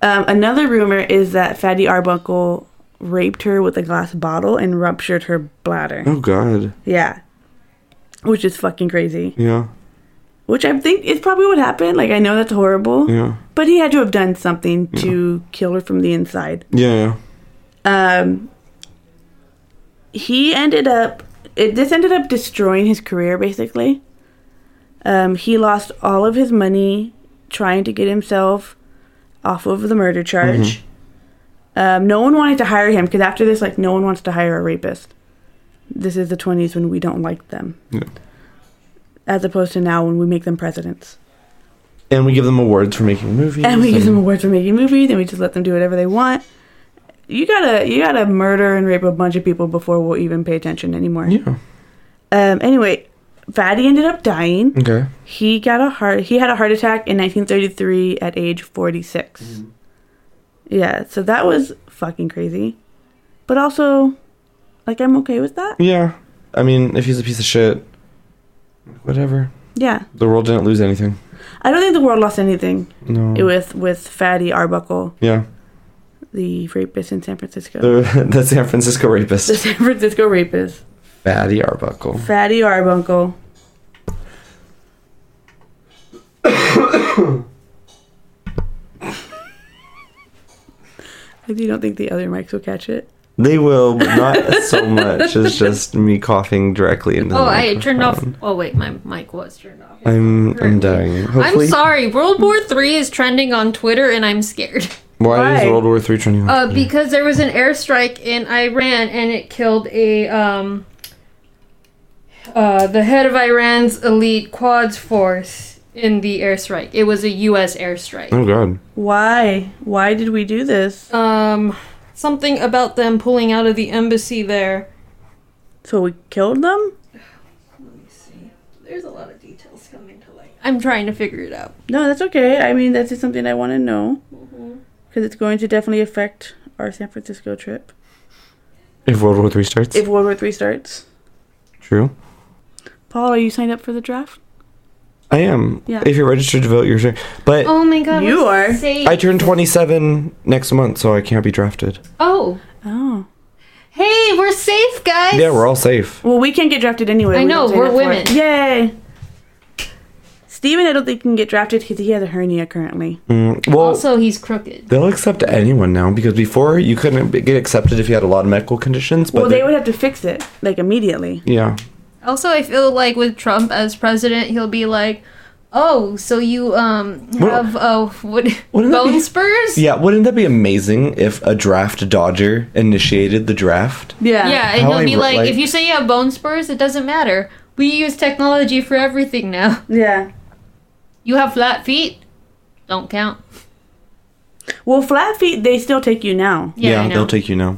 Um, another rumor is that Fatty Arbuckle raped her with a glass bottle and ruptured her bladder.
Oh God.
Yeah, which is fucking crazy.
Yeah.
Which I think is probably what happened. Like I know that's horrible,
Yeah.
but he had to have done something to kill her from the inside.
Yeah. Yeah.
um, he ended up it, this ended up destroying his career basically um, he lost all of his money trying to get himself off of the murder charge um, no one wanted to hire him because after this like no one wants to hire a rapist this is the 20s when we don't like them
Yeah.
as opposed to now when we make them presidents
And we give them awards for making movies.
and we give them awards for making movies and we just let them do whatever they want you gotta you gotta murder and rape a bunch of people before we'll even pay attention anymore
Yeah.
um anyway fatty ended up dying
Okay.
he got a heart he had a heart attack in 1933 at age 46 yeah so that was fucking crazy but also like i'm okay with that
Yeah. I mean, if he's a piece of shit, whatever.
yeah
The world didn't lose anything.
i don't think the world lost anything
No.
with with fatty arbuckle
yeah.
the rapist in san francisco
The, the San Francisco
the
rapist,
san francisco rapist
Fatty Arbuckle.
Fatty Arbunkle. I do not think the other mics will catch it.
They will, but not so much as just me coughing directly into the
Oh, I turned off.
microphone.
Oh wait, my mic was turned off.
I'm I'm dying. Hopefully,
I'm sorry. World War Three is trending on Twitter, and I'm scared.
Why, is
Why?
World War Three trending? on?
Uh, because there was an airstrike in Iran, and it killed a um, uh, the head of Iran's elite Quads force in the airstrike. It was a U.S. airstrike.
oh God.
Why? Why did we do this?
Um, something about them pulling out of the embassy there.
So we killed them?
There's a lot of details coming to light. I'm trying to figure it out.
No, that's okay. I mean, that's just something I want to know because it's going to definitely affect our San Francisco trip
If World War Three starts,
if World War Three starts.
true.
Paul, are you signed up for the draft?
I am.
Yeah.
If you're registered to vote, you're sure. But
Oh my god!
You
let's
are.
say-
I turn 27 next month, so I can't be drafted.
oh,
Oh,
hey, we're safe, guys.
Yeah, we're all safe.
well, we can't get drafted anyway.
I
We
know,
don't sign
we're
up for it.
women.
Yay! Steven, I don't think can get drafted because he has a hernia currently.
Mm, well,
Also, he's crooked.
they'll accept anyone now because before you couldn't be- get accepted if you had a lot of medical conditions. But
well, they would have to fix it like immediately.
Yeah.
Also, I feel like with Trump as president, he'll be like, "Oh, so you um
Well-
have uh what
Wouldn't that
bone
be-
spurs?"
Yeah, wouldn't that be amazing if a draft dodger initiated the draft?
Yeah.
Yeah, and
How
he'll
I
be
re-
like,
like-
"If you say you have bone spurs, it doesn't matter. We use technology for everything now.
Yeah.
You have flat feet, don't count."
Well, flat feet, they still take you now.
Yeah, I know.
they'll take you now.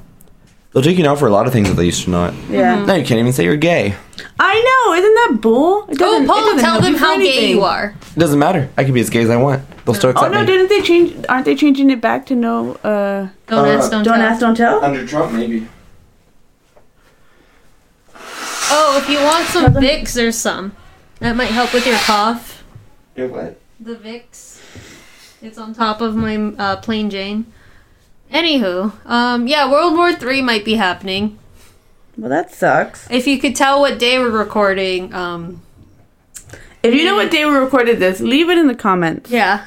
They'll take you now for a lot of things that they used to not.
Yeah.
Mm-hmm.
Now you can't even say you're gay.
I know. Isn't that bull? It
Oh,
doesn't- it
Paul,
doesn't
tell
help
them
for
how gay
anything.
you are.
It doesn't matter. I can be as gay as I want. They'll start
Oh
that
no! Didn't they change? Aren't they changing it back to no? Uh,
Don't
Uh,
ask, don't,
don't
tell.
ask, don't tell.
under Trump maybe.
Oh, if you want some Vicks, there's some. That might help with your cough.
Yeah, what?
The Vicks. It's on top of my uh, plain Jane. Anywho, um, yeah, World War Three might be happening.
Well, that sucks.
If you could tell what day we're recording, um,
If you know what day we recorded this, leave it in the comments.
yeah.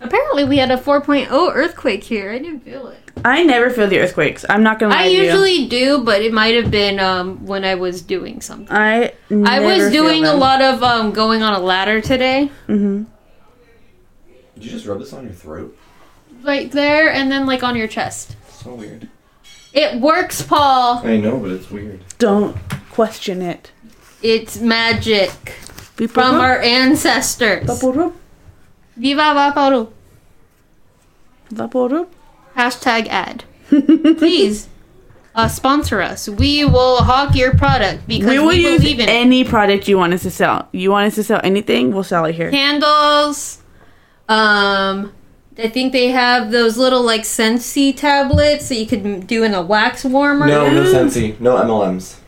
Apparently, we had a 4.0 earthquake here. I didn't feel it.
I never feel the earthquakes. I'm not gonna lie
I
to you.
usually do, but it might have been um, when I was doing something.
I
I
never
was
feel
doing a
them. Mm-hmm.
lot of um, going on a ladder today,
Did you just rub this on your throat?
right there, and then like on your chest.
So weird.
It works, Paul.
I know, but it's weird.
Don't question it.
It's magic from our ancestors.
Vaporup,
Viva Vaporu.
vaporup.
Hashtag ad. Please uh, sponsor us. We will hawk your product because
We
we,
will use
believe in it.
any product you want us to sell. You want us to sell anything, we'll sell it here.
Candles. Um, I think they have those little like Sensi tablets that you could m- do in a wax warmer.
No, no Sensi. No MLMs.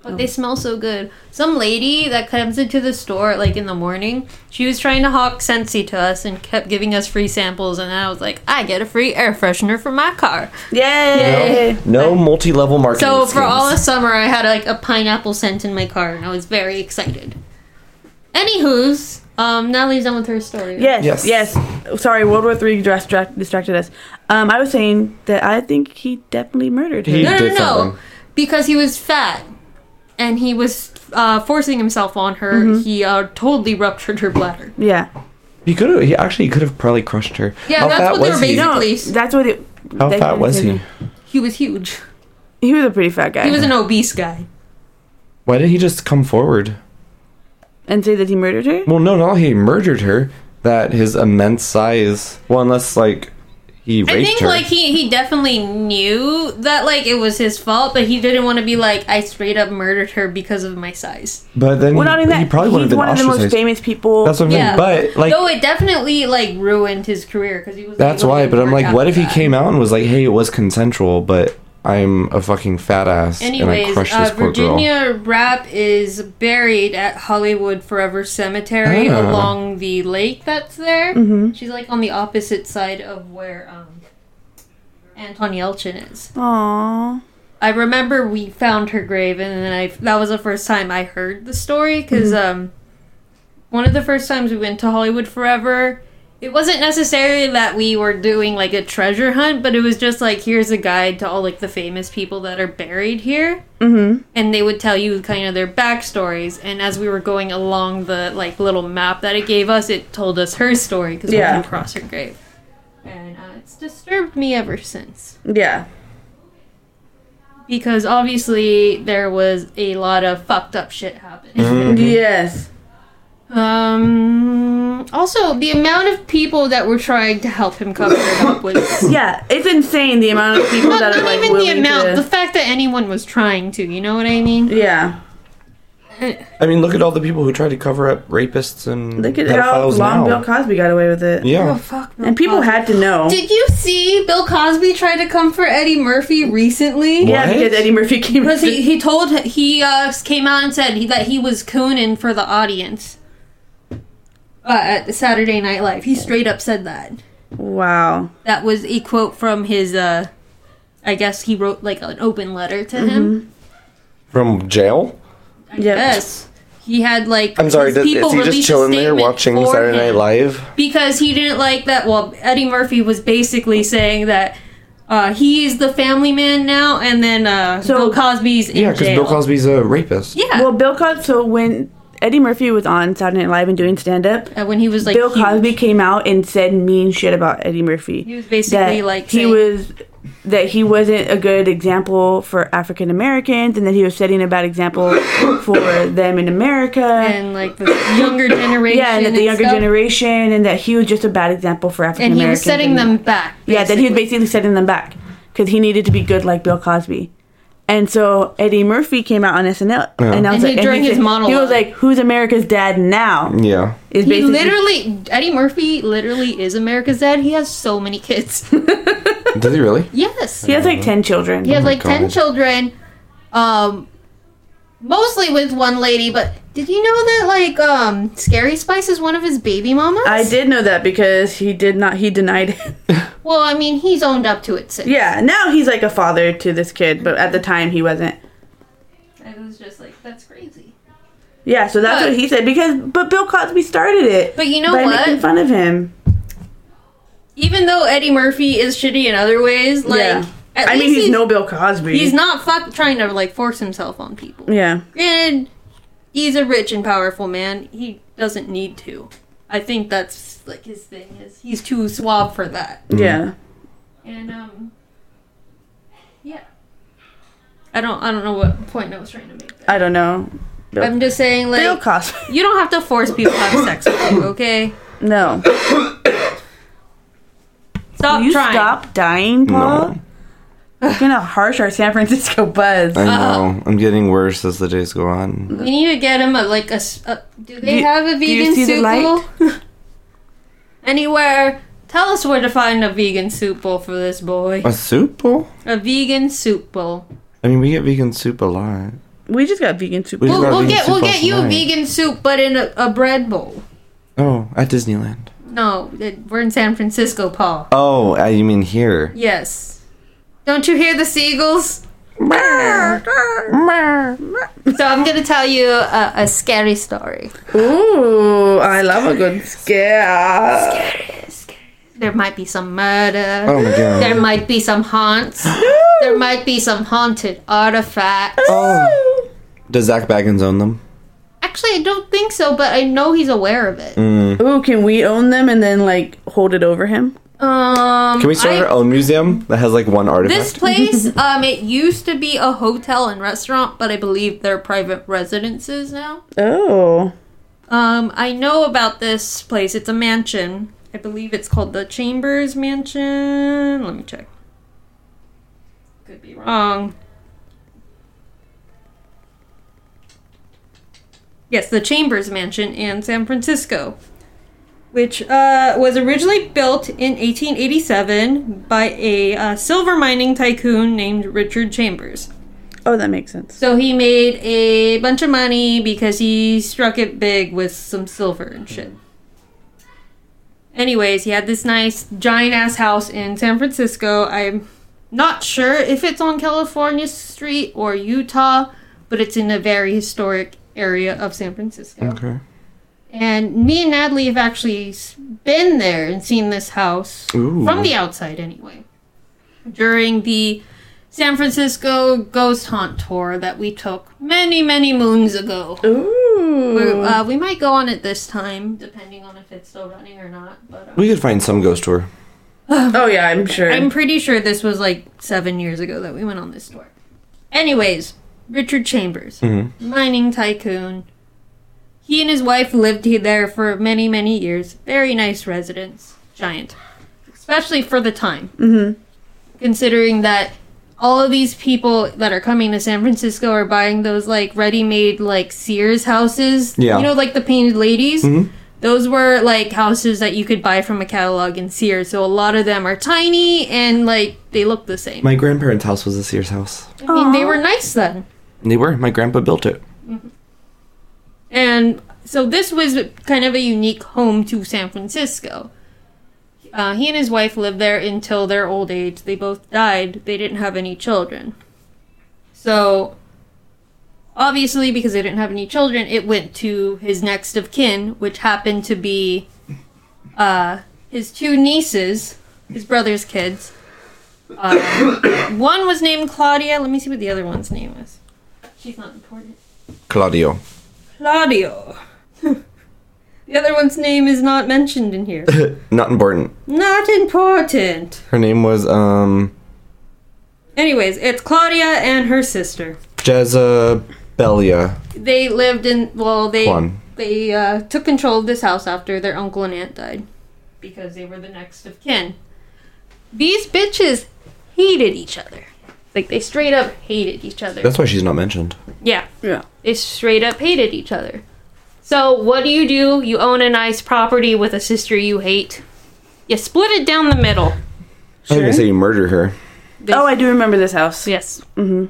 But they smell so good. Some lady that comes into the store like in the morning, she was trying to hawk Scentsy to us and kept giving us free samples. And I was like, I get a free air freshener for my car.
Yay!
No multi level marketing.
So for
schemes.
all of summer, I had like a pineapple scent in my car, and I was very excited. Anywho's, um, Natalie's done with her story.
Yes, yes,
Yes.
Sorry, World War Three distract, distracted us. Um, I was saying that I think he definitely murdered her.
He
No, no, no,
did
no,
something.
because he was fat, and he was uh, forcing himself on her. He uh, totally ruptured her bladder.
Yeah,
He could have. He actually could have probably crushed her.
Yeah, that's what they were
he?
basing-
no,
Please.
that's what it.
How
they-
fat was he?
He was huge.
He was a pretty fat guy.
He was an obese guy.
Why didn't he just come forward?
and say that he murdered her.
Well, no, not he murdered her. That his immense size. Well, unless like he raped
I think
her.
like he he definitely knew that like it was his fault, but he didn't want to be like I straight up murdered her because of my size.
but then
Well, not
he,
only that,
he probably would have
he's
been
one of the most
ostracized.
famous people.
That's what I mean.
Yeah.
But like
no, it definitely like ruined his career because he was.
that's
able to
why.
get
But I'm
work
like,
after
what if he
that.
came out and was like, "Hey, it was consensual, but I'm a fucking fat ass and I
Anyways,
crushed
uh,
this poor girl."
Virginia Rapp is buried at Hollywood Forever Cemetery
Ah.
along the lake that's there. She's like on the opposite side of where um, Anton Yelchin is.
Aww.
I remember we found her grave, and then I that was the first time I heard the story because
Mm-hmm.
um, one of the first times we went to Hollywood Forever, it wasn't necessarily that we were doing like a treasure hunt, but it was just like here's a guide to all like the famous people that are buried here,
Mm-hmm.
and they would tell you kind of their backstories. And as we were going along the like little map that it gave us, it told us her story because
Yeah.
we came across her grave, and uh, it's disturbed me ever since
Yeah.
because obviously there was a lot of fucked up shit
Mm-hmm.
happening.
Yes.
um, also, the amount of people that were trying to help him cover it up was
Yeah. It's insane the amount of people
not,
that are
not
like
even the
willing
amount, the
to.
fact that anyone was trying to. You know what I mean?
yeah.
I mean, look at all the people who tried to cover up rapists and
Look at how
pedophiles
long
now.
Bill Cosby got away with it.
Oh
yeah,
fuck!
And people had to know.
Did you see Bill Cosby try to come for Eddie Murphy recently?
Yeah,
What?
because Eddie Murphy came.
Because he, he told he uh, came out and said he, that he was cooning for the audience uh, at Saturday Night Live. He straight up said that.
Wow.
That was a quote from his uh I guess he wrote like an open letter to
Mm-hmm.
him.
from jail.
I
Yep.
guess. He had like
I'm sorry,
his
does, is he
release
just
a
chilling there
statement
watching
for
Saturday Night
him
Live?
Because he didn't like that well Eddie Murphy was basically saying that uh he's the family man now and then uh
So-
Bill Cosby's in
Yeah, because
jail.
Bill Cosby's a rapist.
Yeah.
Well, Bill Cosby. So when Eddie Murphy was on Saturday Night Live and doing stand up,
Uh, when he was like
Bill
huge.
Cosby came out and said mean shit about Eddie Murphy.
He was basically,
that
like,
he
saying-
was that he wasn't a good example for African Americans, and that he was setting a bad example for them in America.
and like the younger generation.
yeah, and that the younger
stuff.
generation, and that he was just a bad example for African
And
Americans.
he was setting them back.
Yeah, that he was
basically.
basically setting them back because he needed to be good like Bill Cosby. And so Eddie Murphy came out on SNL and I was
And he-
like,
during his
said- he
monologue.
was like, "Who's America's dad now?"
Yeah.
Is
He
basically
literally, Eddie Murphy literally is America's dad. He has so many kids.
Does he really?
yes.
he has like ten children.
He has
Oh my
like 10
God.
children, um, mostly with one lady, but did you know that like um, Scary Spice is one of his baby mamas?
I did know that because he did not. He denied it.
Well, I mean, he's owned up to it since.
yeah, now he's like a father to this kid, but at the time he wasn't.
I was just like, that's crazy.
Yeah, so that's
But-
what he said because but Bill Cosby started it.
But you know
by
what?
making fun of him.
Even though Eddie Murphy is shitty in other ways, like
yeah,
at
I
least
mean he's,
he's
no Bill Cosby.
he's not fuck trying to like force himself on people.
Yeah,
Granted, he's a rich and powerful man. He doesn't need to. I think that's like his thing is he's too suave for that.
Mm-hmm.
yeah.
And um yeah. I don't I don't know what point I was trying to make. there.
I don't know.
I'm just saying like
Bill Cosby.
you don't have to force people to have sex with you, okay?
No,
Stop
Will you
trying.
stop dying, Paul. You're gonna harsh our San Francisco buzz.
I know. I'm getting worse as the days go on.
We need to get him a like a. s- a- do they
Do you-
have a
do you
vegan
see the
soup
light?
bowl? Anywhere. Tell us where to find a vegan soup bowl for this boy.
A soup bowl?
A vegan soup bowl.
I mean, we get vegan soup a lot.
we just got vegan soup.
We
We'll,
just got
we'll
vegan
get we'll
soup
get
last
you
night.
vegan soup, but in a, a bread bowl.
Oh, at Disneyland.
No, it- we're in San Francisco, Paul.
Oh, uh, you mean here?
Yes. Don't you hear the seagulls? So I'm gonna tell you a, a scary story.
Ooh, I love a good scare.
There might be some murder.
Oh my god.
There might be some haunts. there might be some haunted artifacts.
Oh. Does Zach Baggins own them?
Actually, I don't think so, but I know he's aware of it.
Mm.
Ooh, can we own them and then like hold it over him?
Um,
Can we start
I-
our own museum that has like one artifact?
This place, um, it used to be a hotel and restaurant, but I believe they're private residences now.
Oh,
Um, I know about this place. It's a mansion. I believe it's called the Chambers Mansion. Let me check. Um, Could be wrong. Yes, the Chambers Mansion in San Francisco, which uh, was originally built in 1887 by a uh, silver mining tycoon named Richard Chambers.
oh, that makes sense.
So he made a bunch of money because he struck it big with some silver and shit. Anyways, he had this nice giant ass house in San Francisco. I'm not sure if it's on California Street or Utah, but it's in a very historic area of San Francisco.
Okay.
And me and Natalie have actually s- been there and seen this house
Ooh.
from the outside, anyway, during the San Francisco ghost haunt tour that we took many, many moons ago.
Ooh,
We're- Uh, we might go on it this time, depending on if it's still running or not. But uh,
We could find some ghost tour.
oh yeah, I'm sure.
I'm pretty sure this was like seven years ago that we went on this tour. Anyways, Richard Chambers,
Mhm.
mining tycoon. He and his wife lived he- there for many, many years. Very nice residence, giant, especially for the time. Mm-hmm. Considering that all of these people that are coming to San Francisco are buying those like ready-made like Sears houses.
Yeah. Mm-hmm.
you know, like the painted ladies. Those were like houses that you could buy from a catalog in Sears. So a lot of them are tiny and like they look the same.
My grandparents' house was a Sears house.
I mean, they were nice then.
They were. My grandpa built it.
And so this was kind of a unique home to San Francisco. Uh, he and his wife lived there until their old age. They both died. They didn't have any children. So, obviously, because they didn't have any children, it went to his next of kin, which happened to be uh, his two nieces, his brother's kids. Uh, one was named Claudia. Let me see what the other one's name was. She's not important.
Claudio.
Claudio. the other one's name is not mentioned in here.
Not important.
not important.
Her name was um
Anyways, it's Claudia and her sister.
Jezebeliah.
They lived in well, they
Juan.
they uh, took control of this house after their uncle and aunt died because they were the next of kin. These bitches hated each other. Like they straight up hated each other.
That's why she's not mentioned.
yeah,
Yeah.
they straight up hated each other. So what do you do? You own a nice property with a sister you hate. You split it down the middle.
I was gonna say you murder her.
Oh, I do remember this house.
Yes. Mm-hmm.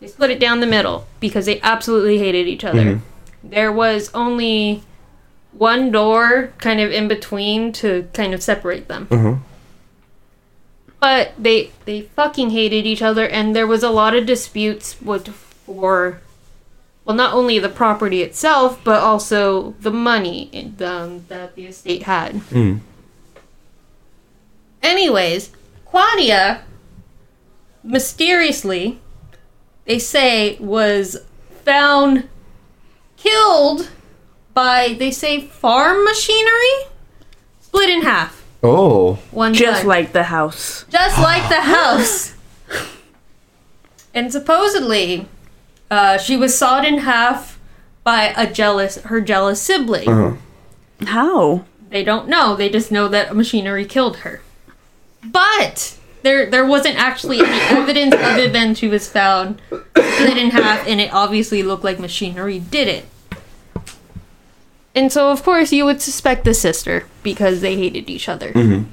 They split it down the middle because they absolutely hated each other. There was only one door kind of in between to kind of separate them.
Mhm.
But they they fucking hated each other, and there was a lot of disputes with for. Well, not only the property itself, but also the money in- um, that the estate had.
Mm.
Anyways, Claudia mysteriously, they say, was found killed by, they say, farm machinery? Split in half.
Oh,
One
Just
gun.
like the house.
Just like the house. and supposedly, uh, she was sawed in half by a jealous her jealous sibling.
How?
They don't know. They just know that machinery killed her. But there there wasn't actually any evidence other than she was found split in half, and it obviously looked like machinery did it. And so, of course, you would suspect the sister because they hated each other.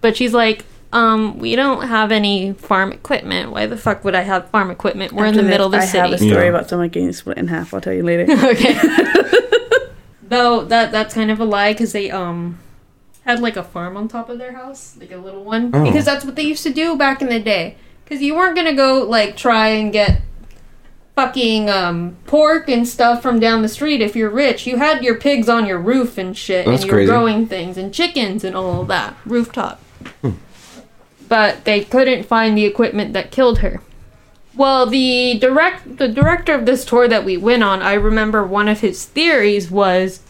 But she's like, um, we don't have any farm equipment. Why the fuck would I have farm equipment? We're in the
After
middle of the
this,
city.
I have a story
Yeah.
about someone getting split in half. I'll tell you later.
okay. Though that that's kind of a lie because they um had like a farm on top of their house, like a little one,
Oh.
because that's what they used to do back in the day. Because you weren't gonna go like try and get fucking um pork and stuff from down the street if you're rich. You had your pigs on your roof and shit,
That's
and you were
crazy.
growing things and chickens and all of that rooftop.
Hmm.
But they couldn't find the equipment that killed her. Well, the direct the director of this tour that we went on, I remember one of his theories was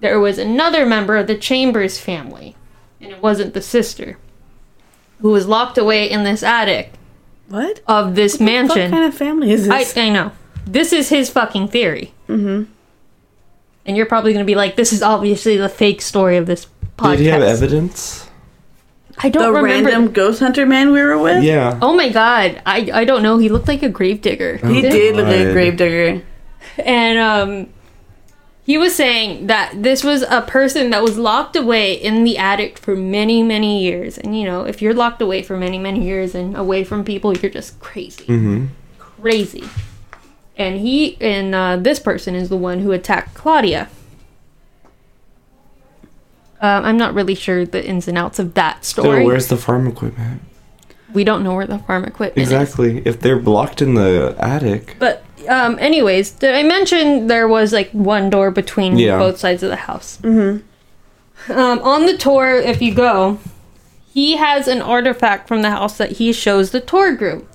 there was another member of the Chambers family, and it wasn't the sister, who was locked away in this attic
what?
of this
What
mansion.
kind of family is
I,
this?
I know. This is his fucking theory. Mm-hmm. And you're probably gonna be like, this is obviously the fake story of this podcast.
did he have evidence?
I don't
the
remember.
random ghost hunter man we were with?
Yeah.
Oh my god, I, I don't know. He looked like a gravedigger.
He
Oh,
did look like a
God.
gravedigger.
and um he was saying that this was a person that was locked away in the attic for many many years and you know if you're locked away for many many years and away from people you're just crazy crazy and he and uh, this person is the one who attacked claudia um, i'm not really sure the ins and outs of that
So
story
where's the farm equipment?
we don't know where the farm equipment is
Exactly. If they're blocked in the attic,
But um, anyways, did I mention there was like one door between
Yeah.
both sides of the house? Mm-hmm. Um, on the tour, if you go, he has an artifact from the house that he shows the tour group.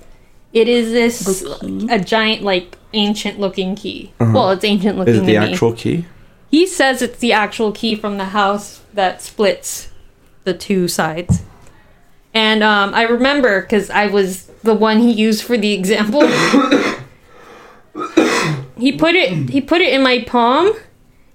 It is this a giant, like ancient looking key. Well, it's ancient looking.
Uh-huh. is it
to
the
me.
actual key?
He says it's the actual key from the house that splits the two sides. And um, I remember because I was the one he used for the example. he put it he put it in my palm,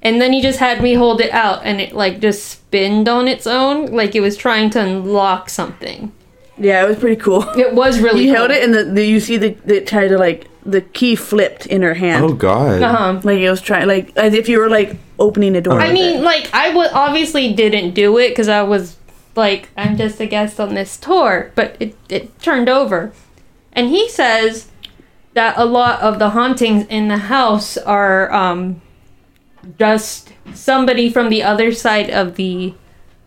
and then he just had me hold it out, and it like just spinned on its own, like it was trying to unlock something.
Yeah, it was pretty cool.
It was really.
He
cool.
held it and the, the you see the, the tried to like the key flipped in her hand.
Oh God.
Um,
Like it was trying like as if you were like opening a door.
I mean, like, I w- obviously didn't do it because I was like, I'm just a guest on this tour, but it, it turned over. And he says that a lot of the hauntings in the house are um, just somebody from the other side of the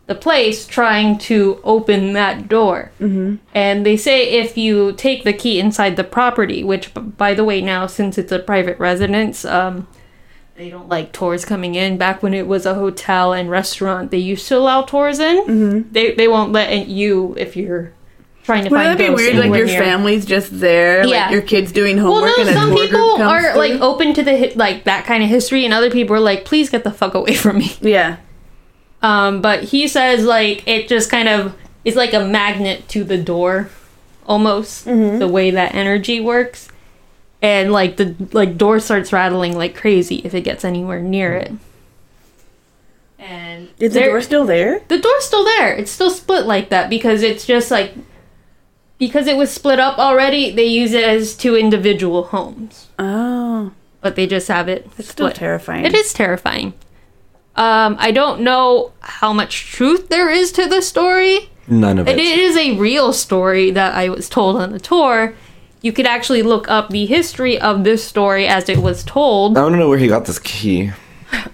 the place trying to open that door. Mm-hmm. And they say if you take the key inside the property, which, b- by the way, now since it's a private residence, um, they don't like tours coming in. Back when it was a hotel and restaurant, they used to allow tours in. Mm-hmm. They they won't let you if you're trying to
Wouldn't
find.
that be
ghosts
weird? Like
anywhere
your
near.
family's just there,
Yeah.
like your kids doing homework.
Well, no,
and a
some
tour group
people
comes
are like
through?
open to the hi- like that kind of history, and other people are like, please get the fuck away from me.
yeah,
Um, but he says like it just kind of is like a magnet to the door, almost
Mm-hmm.
the way that energy works, and like the like door starts rattling like crazy if it gets anywhere near it. And
is the
there-
door still there?
the door's still there. It's still split like that because it's just like because it was split up already, they use it as two individual homes,
Oh,
but they just have it
it's still
split.
terrifying.
It is terrifying. Um, I don't know how much truth there is to the story.
None of it.
It is a real story that I was told on the tour. You could actually look up the history of this story as it was told
I want to know where he got this key.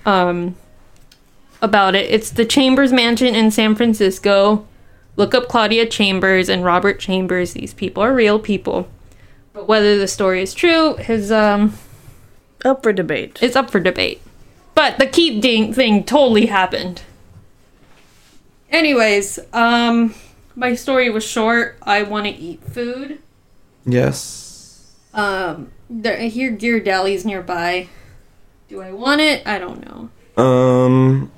um, about it. It's the Chambers Mansion in San Francisco. Look up Claudia Chambers and Robert Chambers. These people are real people. But whether the story is true is um,
Up for debate.
is up for debate. But the key ding thing totally happened. Anyways, um, my story was short. I want to eat food.
Yes.
Um, there, I hear Ghirardelli's nearby. Do I want it? I don't know.
Um,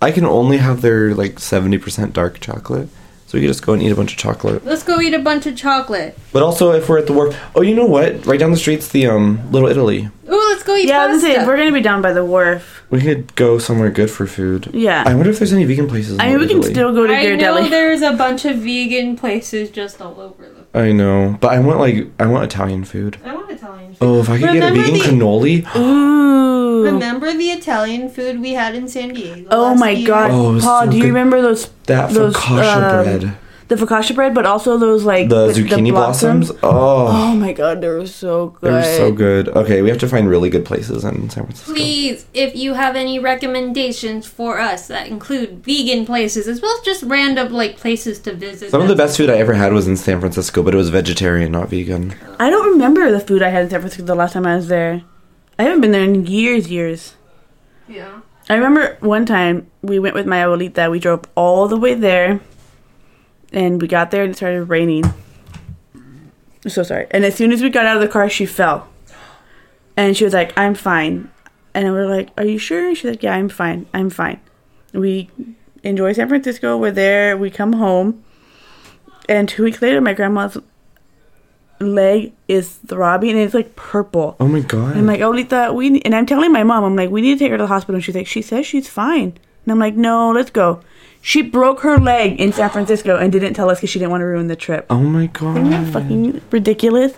I can only have their like seventy percent dark chocolate, so we could just go and eat a bunch of chocolate.
Let's go eat a bunch of chocolate.
But also, if we're at the wharf, oh, you know what? Right down the street's the um Little Italy.
Ooh, let's go eat
yeah, I was gonna say
pasta.
if we're gonna be down by the wharf.
We could go somewhere good for food.
Yeah.
I wonder if there's any vegan places. In
I mean, we
Little
can
Italy.
still go to
I know
Ghirardelli.
there's a bunch of vegan places just all over the.
I know, but I want like I want Italian food.
I want Italian food.
Oh, if I could
Remember
get a vegan
the-
cannoli.
Ooh.
Remember the Italian food we had in San Diego?
Oh
last
my
year?
god,
Oh, it was
Paul!
so
do you
good.
remember those
That
Those,
focaccia
um,
bread,
the focaccia bread, but also those like
the
with
zucchini blossoms. Oh,
Oh my god, they were so good.
they're so good. Okay, we have to find really good places in San Francisco.
Please, if you have any recommendations for us that include vegan places as well as just random like places to visit,
Some of the
that's-
best food I ever had was in San Francisco, but it was vegetarian, not vegan.
I don't remember the food I had in San Francisco the last time I was there. I haven't been there in years, years.
Yeah.
I remember one time we went with my abuelita. We drove all the way there, and we got there and it started raining. I'm so sorry. And as soon as we got out of the car, she fell, and she was like, "I'm fine," and we are like, "Are you sure?" And she's like, "Yeah, I'm fine. I'm fine." We enjoy San Francisco. We're there. We come home, and two weeks later, my grandma's leg is throbbing and it's like purple.
Oh my god.
I'm like, Olita, we ne-" and I'm telling my mom, I'm like, we need to take her to the hospital. And she's like, she says she's fine. And I'm like, no, let's go. She broke her leg in San Francisco and didn't tell us because she didn't want to ruin the trip.
oh my
Isn't that
god.
fucking ridiculous?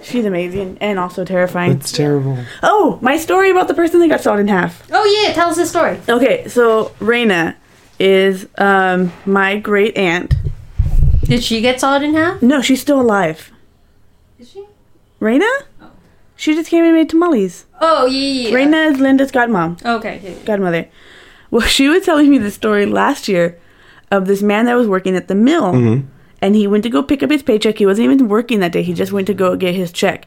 She's amazing and also terrifying.
That's terrible.
oh, my story about the person that got sawed in half.
Oh yeah, tell us the story.
Okay, so Raina is um, my great aunt.
Did she get sawed in half?
No, she's still alive.
Did she?
Raina? She just came and made tamales.
Oh yeah. yeah.
Raina is Linda's godmom.
Okay. yeah, yeah.
godmother. Well, she was telling me the story last year of this man that was working at the mill,
Mm-hmm.
and he went to go pick up his paycheck. He wasn't even working that day; he just went to go get his check,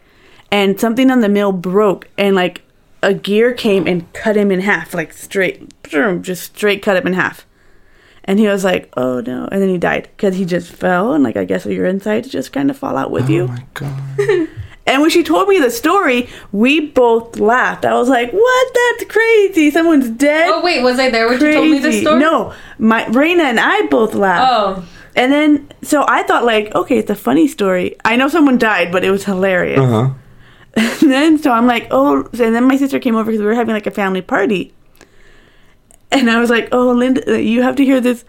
and something on the mill broke, and like a gear came and cut him in half, like straight, just straight cut him in half. And he was like, "Oh no!" And then he died because he just fell, and like I guess your insides just kind of fall out with
Oh
you.
my god.
And when she told me the story, we both laughed. I was like, "What? That's crazy! Someone's dead."
Oh wait, was I there when you told me this
Crazy.
story?
No, my Raina and I both laughed.
Oh.
And then so I thought like, okay, it's a funny story. I know someone died, but it was hilarious.
Uh huh.
And then so I'm like, oh. And then my sister came over because we were having like a family party, and I was like, oh, Linda, you have to hear this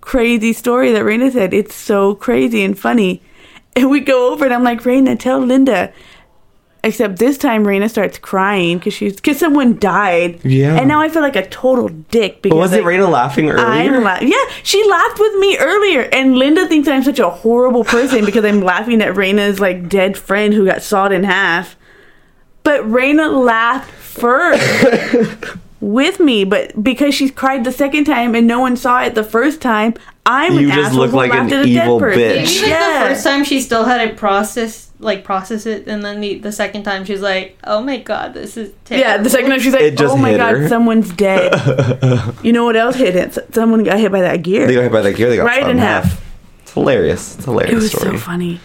crazy story that Raina said. It's so crazy and funny. And we go over, and I'm like, Raina, tell Linda. Except this time, Raina starts crying because she's because someone died.
Yeah.
And now I feel like a total dick because
But was it
like,
Raina laughing earlier?
I'm la- yeah, she laughed with me earlier, and Linda thinks I'm such a horrible person because I'm laughing at Raina's like dead friend who got sawed in half. But Raina laughed first with me, but because she cried the second time and no one saw it the first time, I'm
You
an
just
asshole
look
who
like
laughed
an
at a dead
evil
person.
Maybe
bitch.
like
Yeah.
the first time she still had it process like process it, and then the, the second time she's like, "Oh my god, this is terrible."
Yeah, the second time she's like,
It just
"Oh my
hit
god,
her.
someone's dead." you know what else hit it? Someone got hit by that gear.
They got hit by that gear. They got
Right
sawed
in half.
It's hilarious. It's a hilarious
It was
story.
so funny.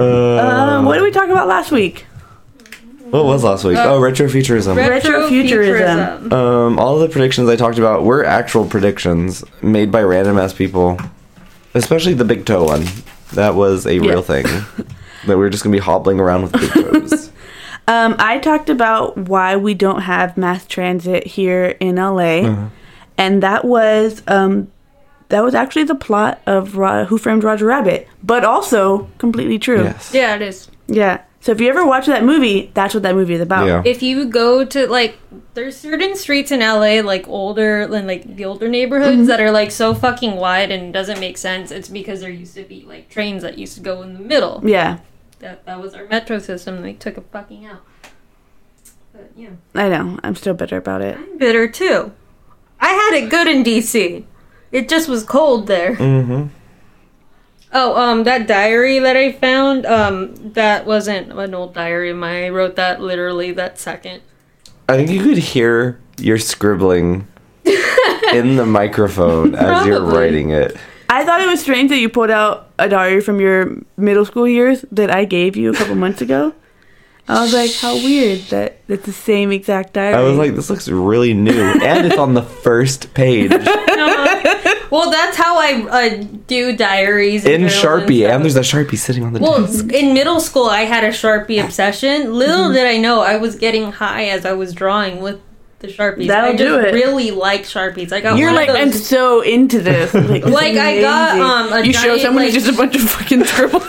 Uh,
um, what did we talk about last week?
what was last
uh,
week? oh, retrofuturism.
Retrofuturism.
um, all of the predictions I talked about were actual predictions made by random ass people, especially the big toe one. That was a real thing. that we were just gonna be hobbling around with big toes.
Um, I talked about why we don't
Mm-hmm.
have mass transit here in LA, and that was um, That was actually the plot of Ro- Who Framed Roger Rabbit, but also completely true.
Yes.
Yeah, it is.
Yeah. So if you ever watch that movie, that's what that movie is about.
Yeah.
If you go to like, there's certain streets in LA, like older, than like the older neighborhoods that are like so fucking wide and doesn't make sense. It's because there used to be like trains that used to go in the middle.
Yeah,
That that was our metro system. They took it fucking out. But yeah,
I know. I'm still bitter about it.
I'm bitter too. I had it good in DC. It just was cold there.
Mm-hmm.
Oh, um, that diary that I found, um, that wasn't an old diary of mine. I wrote that literally that second.
I think you could hear your scribbling in the microphone as you're
Probably.
writing it.
I thought it was strange that you pulled out a diary from your middle school years that I gave you a couple months ago. I was like, how weird that it's the same exact diary.
I was like, this looks really new, and it's on the first page
Well, that's how I uh, do diaries
in
and journals and
Sharpie,
stuff.
and there's a Sharpie sitting on the
well,
desk.
s- in middle school, I had a Sharpie obsession. Little
Mm-hmm.
did I know I was getting high as I was drawing with the Sharpies.
That'll
I just
do it.
really like Sharpies. I got
you're
one
like,
of
I'm
those.
so into this. Like, this is
Like, I got,
amazing.
um, a
you show
giant,
someone
like-
who's just a bunch of fucking scribbles.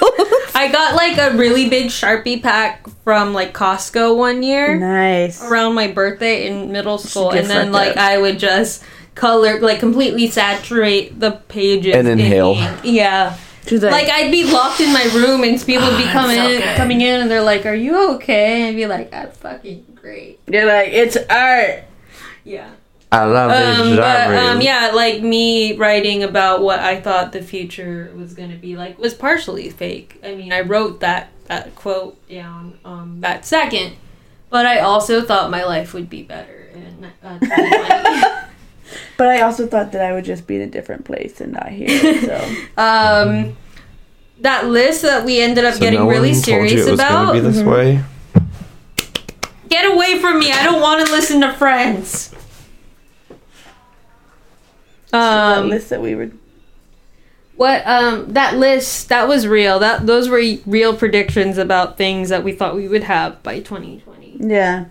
I got like a really big Sharpie pack from like Costco one year.
nice.
around my birthday in middle school,
get
and then
fucked
like
up.
I would just color, like completely saturate the pages
And
in
inhale.
ink. Yeah,
She's like,
like I'd be locked in my room, and people would be
I'm
coming
Ah, so
in,
good.
coming in, and they're like, "Are you okay?" And I'd be like, "I'm fucking great."
you're like, it's art.
Yeah.
I love
Um,
this
but
genre.
um, yeah, like me writing about what I thought the future was gonna be like was partially fake. I mean, I wrote that that quote down um, that second, but I also thought my life would be better. And uh, 2020.
But I also thought that I would just be in a different place and not here. So
um, that list that we ended up
So
getting
no
really
one told you
serious
it was gonna
about.
be this way.
Get away from me! I don't want to listen to friends.
that
Um,
list that we were.
What um that list that was real. That those were real predictions about things that we thought we would have by 2020.
Yeah.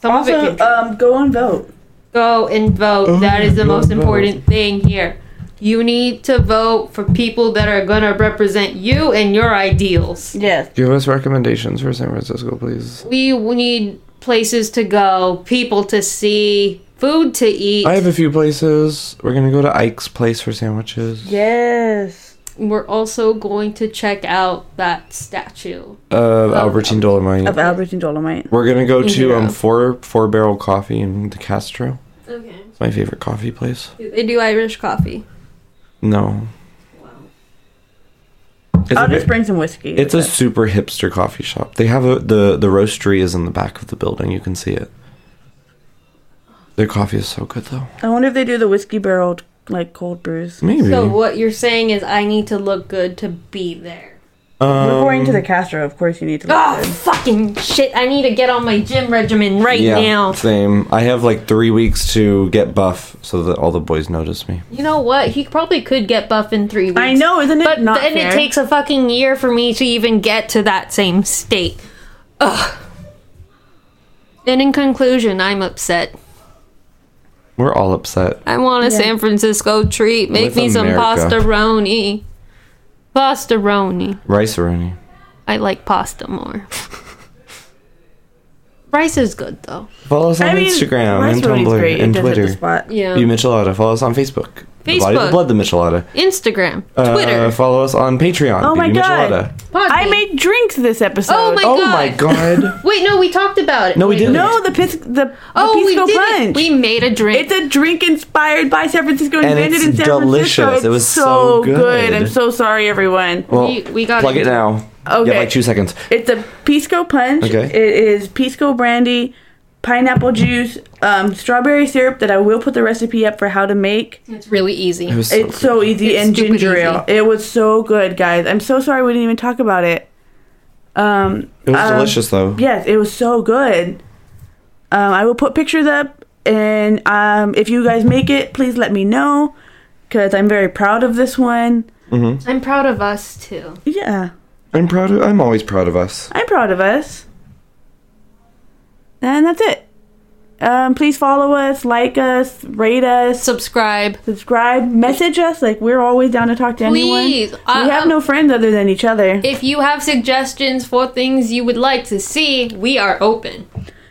Some of it
Also,
came true.
um, go and vote.
Go and vote.
Oh,
that is the
go
most
and
important thing here. You need to vote for people that are going to represent you and your ideals.
Yes.
Give us recommendations for San Francisco, please.
We need places to go, people to see, food to eat.
I have a few places. We're gonna go to Ike's place for sandwiches.
Yes.
We're also going to check out that statue.
Of Uh, Albertine Dolomite.
Of Albertine Dolomite.
We're gonna go to um
Yeah.
four four barrel coffee in the Castro.
Okay.
It's my favorite coffee place.
They do Irish coffee.
No.
Wow.
It's a
I'll
bit-
just bring some whiskey.
It's a super hipster coffee shop. They have a the the roastery is in the back of the building. You can see it. Their coffee is so good though.
I wonder if they do the whiskey barreled like cold brews.
Maybe.
So what you're saying is I need to look good to be there.
We're going to
Um,
the Castro, of course. You need to. look
Oh
good.
fucking shit! I need to get on my gym regimen right
yeah,
now.
Same. I have like three weeks to get buff so that all the boys notice me.
You know what? He probably could get buff in three weeks.
I know, isn't it?
but
not
then
fair?
it takes a fucking year for me to even get to that same state. Ugh. And in conclusion, I'm upset.
We're all upset.
I want a San Francisco treat. Make
With
me some
America.
pastaroni. Pastaroni.
Rice Aroni.
I like pasta more. Rice is good though.
Follow us on
I mean,
Instagram
rice
and
rolling's
Tumblr
great. It
and
does hit the
Twitter.
spot.
Yeah.
Be Michelada. Follow us on Facebook. The Body the
Facebook.
Blood, the Michelada.
Instagram,
Uh,
Twitter,
follow us on Patreon.
Oh my
Be
God.
Michelada.
Podbean.
I made drinks this episode.
Oh my
Oh my god.
Wait, no, we talked about it.
No, we
Wait,
didn't.
No, the pis- the, the
Oh, we
pisco
did
punch.
it. We made a drink.
It's a drink inspired by San Francisco and
And
invented
it's
in San Francisco.
delicious.
It's
It was so good.
I'm so sorry, everyone.
Well,
We- we got
plug
it.
it now. You
Okay.
have like two seconds.
It's a pisco punch.
Okay.
It is pisco brandy, pineapple juice, um, strawberry syrup that I will put the recipe up for how to make.
It's really easy.
It was so
It's so easy
It's
and
stupid
ginger
easy.
ale. It was so good, guys. I'm so sorry we didn't even talk about it. Um,
It was
Um,
delicious though.
Yes, it was so good. Um, I will put pictures up, and um, if you guys make it, please let me know because I'm very proud of this one.
hmm
I'm proud of us too.
Yeah,
I'm proud of. I'm always proud of us.
I'm proud of us. And that's it. Um, please follow us, like us, rate us,
Subscribe.
subscribe, message us. Like we're always down to talk to
Please,
anyone.
uh,
we have no friends other than each other.
If you have suggestions for things you would like to see, we are open.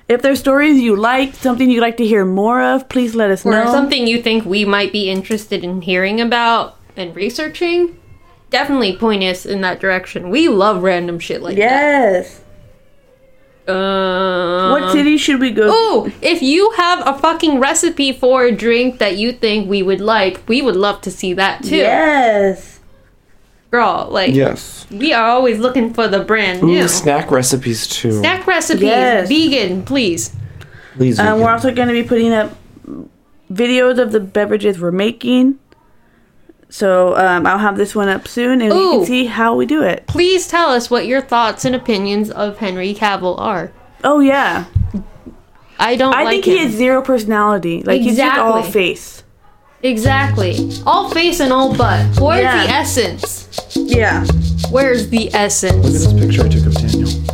If there's stories you like, something you'd like to hear more of, please let us
Or
know.
something you think we might be interested in hearing about and researching, definitely point us in that direction. We love random shit like
Yes.
that. Um,
what city should we go?
Oh, if you have a fucking recipe for a drink that you think we would like, we would love to see that too.
Yes.
Girl, like
Yes.
we are always looking for the brand new.
Ooh, snack recipes too.
Snack recipes,
Yes.
vegan, please.
Please.
Um,
vegan.
we're also going to be putting up videos of the beverages we're making. So um, I'll have this one up soon, and you
Ooh.
can see how we do it.
Please tell us what your thoughts and opinions of Henry Cavill are.
Oh yeah,
I don't
I
like
think he
him.
has zero personality. Like he's just all
Exactly.
face.
Exactly. All face and all butt. Where's
Yeah.
the essence?
Yeah.
Where's the
Look
essence?
at this picture I took of Daniel.